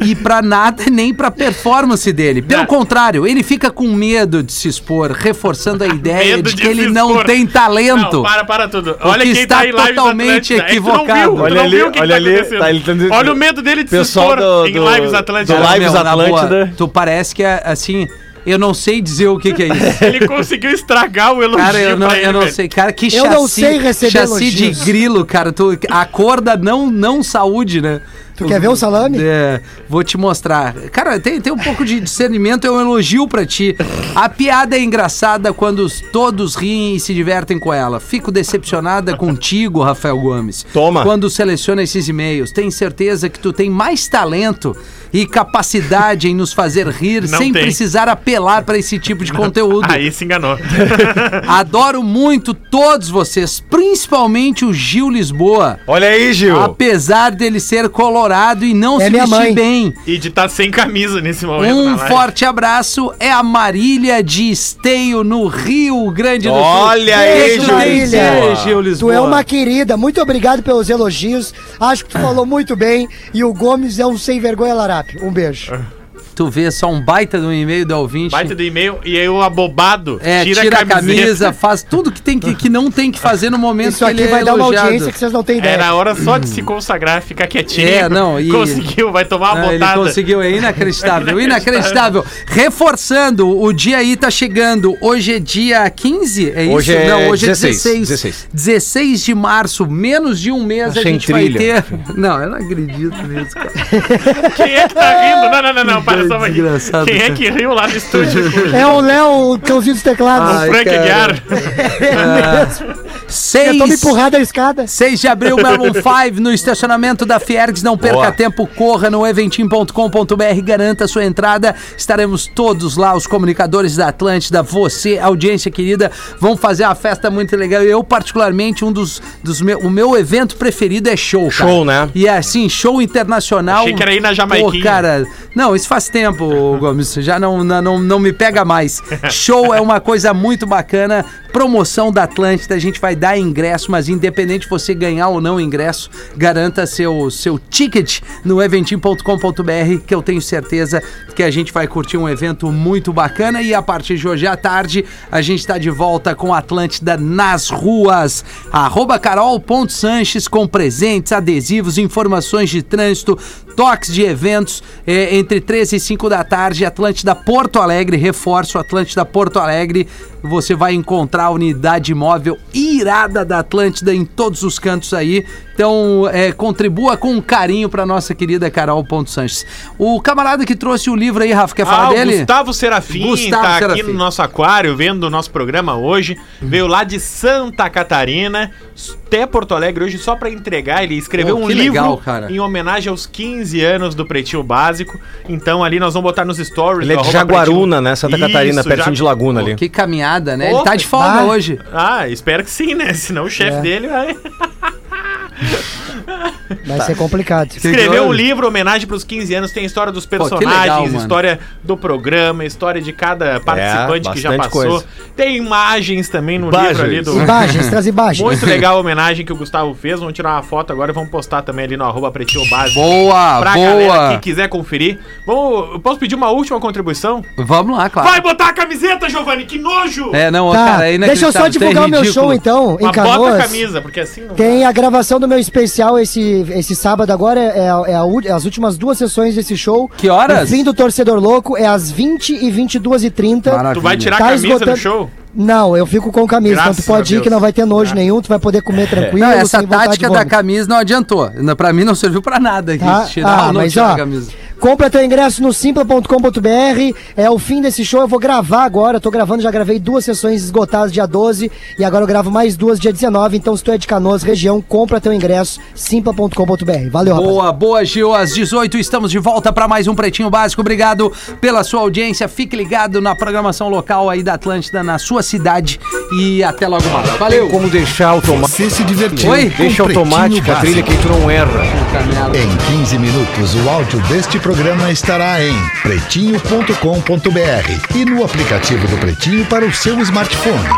[SPEAKER 4] E pra nada, nem pra performance dele. Pelo contrário, ele fica com medo de se expor, reforçando a ideia
[SPEAKER 7] Medo
[SPEAKER 4] É,
[SPEAKER 7] de
[SPEAKER 4] de que
[SPEAKER 7] se
[SPEAKER 4] ele não
[SPEAKER 7] expor.
[SPEAKER 4] tem talento.
[SPEAKER 7] Não, para, para tudo. Olha
[SPEAKER 4] que
[SPEAKER 7] quem
[SPEAKER 4] está
[SPEAKER 7] tá em live da
[SPEAKER 4] totalmente
[SPEAKER 7] Atlântida. É que tu não
[SPEAKER 4] equivocado.
[SPEAKER 7] viu, tu
[SPEAKER 4] Olha
[SPEAKER 7] não
[SPEAKER 3] ali,
[SPEAKER 7] viu o que que
[SPEAKER 3] olha ali,
[SPEAKER 7] acontecendo.
[SPEAKER 3] tá, ele tá dizendo-
[SPEAKER 7] Olha o medo dele de se
[SPEAKER 3] Pessoal
[SPEAKER 7] expor
[SPEAKER 3] do-
[SPEAKER 7] em
[SPEAKER 3] do-
[SPEAKER 7] lives
[SPEAKER 3] do
[SPEAKER 7] Atlântida.
[SPEAKER 3] live-
[SPEAKER 4] Cara,
[SPEAKER 3] Lives
[SPEAKER 4] na boa,
[SPEAKER 3] Atlântida.
[SPEAKER 4] tu parece que é assim, eu não sei dizer o que, que é isso.
[SPEAKER 7] Ele conseguiu estragar o elogio
[SPEAKER 4] Cara, eu não,
[SPEAKER 7] pra ele,
[SPEAKER 4] eu não
[SPEAKER 7] velho.
[SPEAKER 4] sei. Cara, que chassi,
[SPEAKER 8] Eu não sei receber
[SPEAKER 4] chassi de
[SPEAKER 8] elogios.
[SPEAKER 4] grilo, cara. Tu acorda não, não saúde, né?
[SPEAKER 8] Tu quer ver o salame?
[SPEAKER 4] É, vou te mostrar. Cara, tem, tem um pouco de discernimento, é um elogio pra ti. A piada é engraçada quando os- todos riem e se divertem com ela. Fico decepcionada contigo, Rafael Gomes.
[SPEAKER 6] Toma.
[SPEAKER 4] Quando seleciona esses e-mails, tenho certeza que tu tem mais talento e capacidade em nos fazer rir
[SPEAKER 7] Não
[SPEAKER 4] sem
[SPEAKER 7] tem.
[SPEAKER 4] precisar apelar para esse tipo de conteúdo.
[SPEAKER 7] Aí se enganou.
[SPEAKER 4] Adoro muito todos vocês, principalmente o Gil Lisboa.
[SPEAKER 6] Olha aí, Gil.
[SPEAKER 8] Ah,
[SPEAKER 4] Apesar dele ser colorado e não
[SPEAKER 8] É
[SPEAKER 4] se
[SPEAKER 8] minha
[SPEAKER 4] vestir
[SPEAKER 8] mãe.
[SPEAKER 4] bem.
[SPEAKER 7] e de estar sem camisa nesse momento. na
[SPEAKER 4] Um
[SPEAKER 7] live.
[SPEAKER 4] forte abraço. É a Marília de Esteio, no Rio Grande do Sul.
[SPEAKER 7] É
[SPEAKER 6] Olha aí,
[SPEAKER 4] Beijo,
[SPEAKER 6] Gil
[SPEAKER 4] Marília.
[SPEAKER 6] Lisboa.
[SPEAKER 4] Gil Lisboa.
[SPEAKER 8] Tu é uma querida, muito obrigado pelos elogios. Acho que tu falou muito bem. E o Gomes é um sem vergonha larápio. Um beijo.
[SPEAKER 4] Tu vê só um baita de um e-mail da ouvinte.
[SPEAKER 7] Baita do e-mail e aí o abobado
[SPEAKER 4] É, tira, a camisa, faz tudo que, tem que, que não tem que fazer no momento
[SPEAKER 8] Isso
[SPEAKER 4] que
[SPEAKER 8] aqui
[SPEAKER 4] ele
[SPEAKER 8] vai
[SPEAKER 4] é
[SPEAKER 8] dar uma
[SPEAKER 4] elogiado.
[SPEAKER 8] audiência que vocês não têm ideia.
[SPEAKER 7] Era É, hora só de se consagrar, ficar quietinho.
[SPEAKER 4] Hum. É, não, e-
[SPEAKER 7] Conseguiu, vai tomar uma
[SPEAKER 4] Não, ele
[SPEAKER 7] botada.
[SPEAKER 4] conseguiu, é inacreditável, inacreditável. Reforçando, o dia aí tá chegando. Hoje é dia 15, é
[SPEAKER 5] Hoje
[SPEAKER 4] isso?
[SPEAKER 5] é
[SPEAKER 4] Não, hoje
[SPEAKER 5] 16,
[SPEAKER 4] é 16.
[SPEAKER 5] 16.
[SPEAKER 4] 16 de março, menos de um mês a
[SPEAKER 5] Achei
[SPEAKER 4] gente
[SPEAKER 5] trilha.
[SPEAKER 4] vai ter. Não, eu não acredito nisso, cara.
[SPEAKER 7] Quem é que tá rindo? Não, não, não, não, para só um pouquinho.
[SPEAKER 4] Desgraçado,
[SPEAKER 7] Quem é
[SPEAKER 4] cara.
[SPEAKER 7] que riu lá no estúdio?
[SPEAKER 8] É o Léo, o cãozinho dos teclados.
[SPEAKER 4] Ai,
[SPEAKER 7] Frank
[SPEAKER 4] cara.
[SPEAKER 7] Aguiar.
[SPEAKER 8] Eu tô me
[SPEAKER 4] 6,
[SPEAKER 8] empurrado a escada.
[SPEAKER 4] 6 de abril, Melon 5, no estacionamento da Fiergs. Não perca tempo, corra no eventim.com.br, garanta sua entrada. Estaremos todos lá, os comunicadores da Atlântida, você, audiência querida, vão fazer uma festa muito legal. Eu, particularmente, um dos, dos meu, o meu evento preferido é show, cara.
[SPEAKER 6] Show, né?
[SPEAKER 4] E assim, show internacional.
[SPEAKER 7] Achei que era ir na
[SPEAKER 4] Pô,
[SPEAKER 7] Jamaiquinha.
[SPEAKER 4] cara, não, isso faz tempo, ô, Gomes, já não, não, não- não me pega mais. Show é uma coisa muito bacana, promoção da Atlântida, a gente vai dar ingresso, mas independente de você ganhar ou não ingresso, garanta seu, seu ticket no eventim.com.br, que eu tenho certeza que a gente vai curtir um evento muito bacana e a partir de hoje à tarde a gente está de volta com a Atlântida nas ruas. Arroba carol.sanches com presentes, adesivos, informações de trânsito, toques de eventos eh, entre 13 e 5 da tarde, Atlântida Porto Alegre, reforço Atlântida Porto Alegre. Você vai encontrar a unidade móvel irada da Atlântida em todos os cantos aí. Então, eh, contribua com carinho pra nossa querida Carol Ponto Sanches. O camarada que trouxe o livro aí, Rafa, quer falar
[SPEAKER 7] Ah, o
[SPEAKER 4] dele?
[SPEAKER 7] Gustavo Serafim
[SPEAKER 4] Gustavo
[SPEAKER 7] tá aqui
[SPEAKER 4] Serafim.
[SPEAKER 7] no nosso aquário, vendo o nosso programa hoje. Veio lá de Santa Catarina até Porto Alegre hoje só pra entregar. Ele escreveu
[SPEAKER 4] Pô,
[SPEAKER 7] um
[SPEAKER 4] que
[SPEAKER 7] livro
[SPEAKER 4] legal, cara.
[SPEAKER 7] em homenagem aos 15 anos do Pretinho Básico. Então ali nós vamos botar nos stories.
[SPEAKER 6] Ele é
[SPEAKER 7] do
[SPEAKER 6] de
[SPEAKER 7] arroba
[SPEAKER 6] Jaguaruna,
[SPEAKER 7] Pretinho-
[SPEAKER 6] né? Santa Catarina,
[SPEAKER 7] Isso,
[SPEAKER 6] pertinho
[SPEAKER 7] Jagu-
[SPEAKER 6] de Laguna ali.
[SPEAKER 4] Que caminhada, né?
[SPEAKER 7] Pô,
[SPEAKER 4] Ele tá de folga
[SPEAKER 8] bah.
[SPEAKER 4] hoje.
[SPEAKER 7] Ah, espero que sim, né? Senão o
[SPEAKER 4] É.
[SPEAKER 7] chefe dele vai...
[SPEAKER 8] Vai ser complicado.
[SPEAKER 7] Escreveu um livro, homenagem pros 15 anos, tem a história dos
[SPEAKER 4] que
[SPEAKER 7] personagens,
[SPEAKER 4] legal, mano.
[SPEAKER 7] história do programa, história de cada participante que já
[SPEAKER 6] bastante
[SPEAKER 7] passou.
[SPEAKER 6] coisa.
[SPEAKER 7] Tem imagens também no livro ali do.
[SPEAKER 8] Imagens, traz imagens. Tá.
[SPEAKER 7] Muito legal a homenagem que o Gustavo fez. Vamos tirar uma foto agora e vamos postar também ali no arroba pretinho básico.
[SPEAKER 4] Boa,
[SPEAKER 7] Pra galera
[SPEAKER 4] boa.
[SPEAKER 7] que quiser conferir. Vamos, eu posso pedir uma última contribuição?
[SPEAKER 4] Vamos lá, claro.
[SPEAKER 7] Vai botar a camiseta, Giovanni, que nojo!
[SPEAKER 4] É, não,
[SPEAKER 8] Tá,
[SPEAKER 4] cara, é
[SPEAKER 8] deixa eu só
[SPEAKER 4] inacreditável, tu é
[SPEAKER 8] divulgar o meu
[SPEAKER 4] ridículo.
[SPEAKER 8] show então, em
[SPEAKER 7] Mas bota a
[SPEAKER 8] Canoas.
[SPEAKER 7] camisa, porque assim não.
[SPEAKER 8] Tem a gravação do meu especial esse, esse sábado agora, é, a- é a ú- é as últimas duas sessões desse show.
[SPEAKER 4] Que horas?
[SPEAKER 8] O fim do Torcedor Louco é às 20 e 22 e 30
[SPEAKER 4] Maravilha.
[SPEAKER 7] Tu vai tirar
[SPEAKER 8] Tá
[SPEAKER 7] a camisa
[SPEAKER 8] esgotando-
[SPEAKER 7] do show?
[SPEAKER 8] Não, eu fico com camisa, então
[SPEAKER 7] Graças
[SPEAKER 8] tu pode
[SPEAKER 7] a
[SPEAKER 8] ir que
[SPEAKER 7] Deus. É.
[SPEAKER 8] não vai ter nojo nenhum, tu vai poder comer tranquilo.
[SPEAKER 4] É. Não, essa
[SPEAKER 8] sem vontade
[SPEAKER 4] tática
[SPEAKER 8] de
[SPEAKER 4] da
[SPEAKER 8] vômito.
[SPEAKER 4] camisa não adiantou. Na- Pra mim não serviu pra nada. aqui,
[SPEAKER 8] Tá?
[SPEAKER 4] tirar
[SPEAKER 8] Ah,
[SPEAKER 4] ou não
[SPEAKER 8] mas
[SPEAKER 4] tirar
[SPEAKER 8] ó,
[SPEAKER 4] a camisa.
[SPEAKER 8] compra teu ingresso no simpla.com.br. É o fim desse show. Eu vou gravar agora. Eu tô gravando, já gravei duas sessões esgotadas dia 12 e agora eu gravo mais duas dia 19. Então, se tu é de Canoas, região, compra teu ingresso simpla.com.br. Valeu, rapaz.
[SPEAKER 4] Boa, boa, Gil. Às 18 estamos de volta para mais um Pretinho Básico. Obrigado pela sua audiência. Fique ligado na programação local aí da Atlântida, na sua cidade. E até logo mais. Valeu.
[SPEAKER 6] Como deixar automático.
[SPEAKER 10] Você se divertiu.
[SPEAKER 4] Oi?
[SPEAKER 10] com
[SPEAKER 6] Deixa
[SPEAKER 10] Pretinho
[SPEAKER 6] automática a
[SPEAKER 10] Básico.
[SPEAKER 6] trilha que tu não erra.
[SPEAKER 11] Em 15 minutos, o áudio deste programa estará em pretinho.com.br e no aplicativo do Pretinho para o seu smartphone.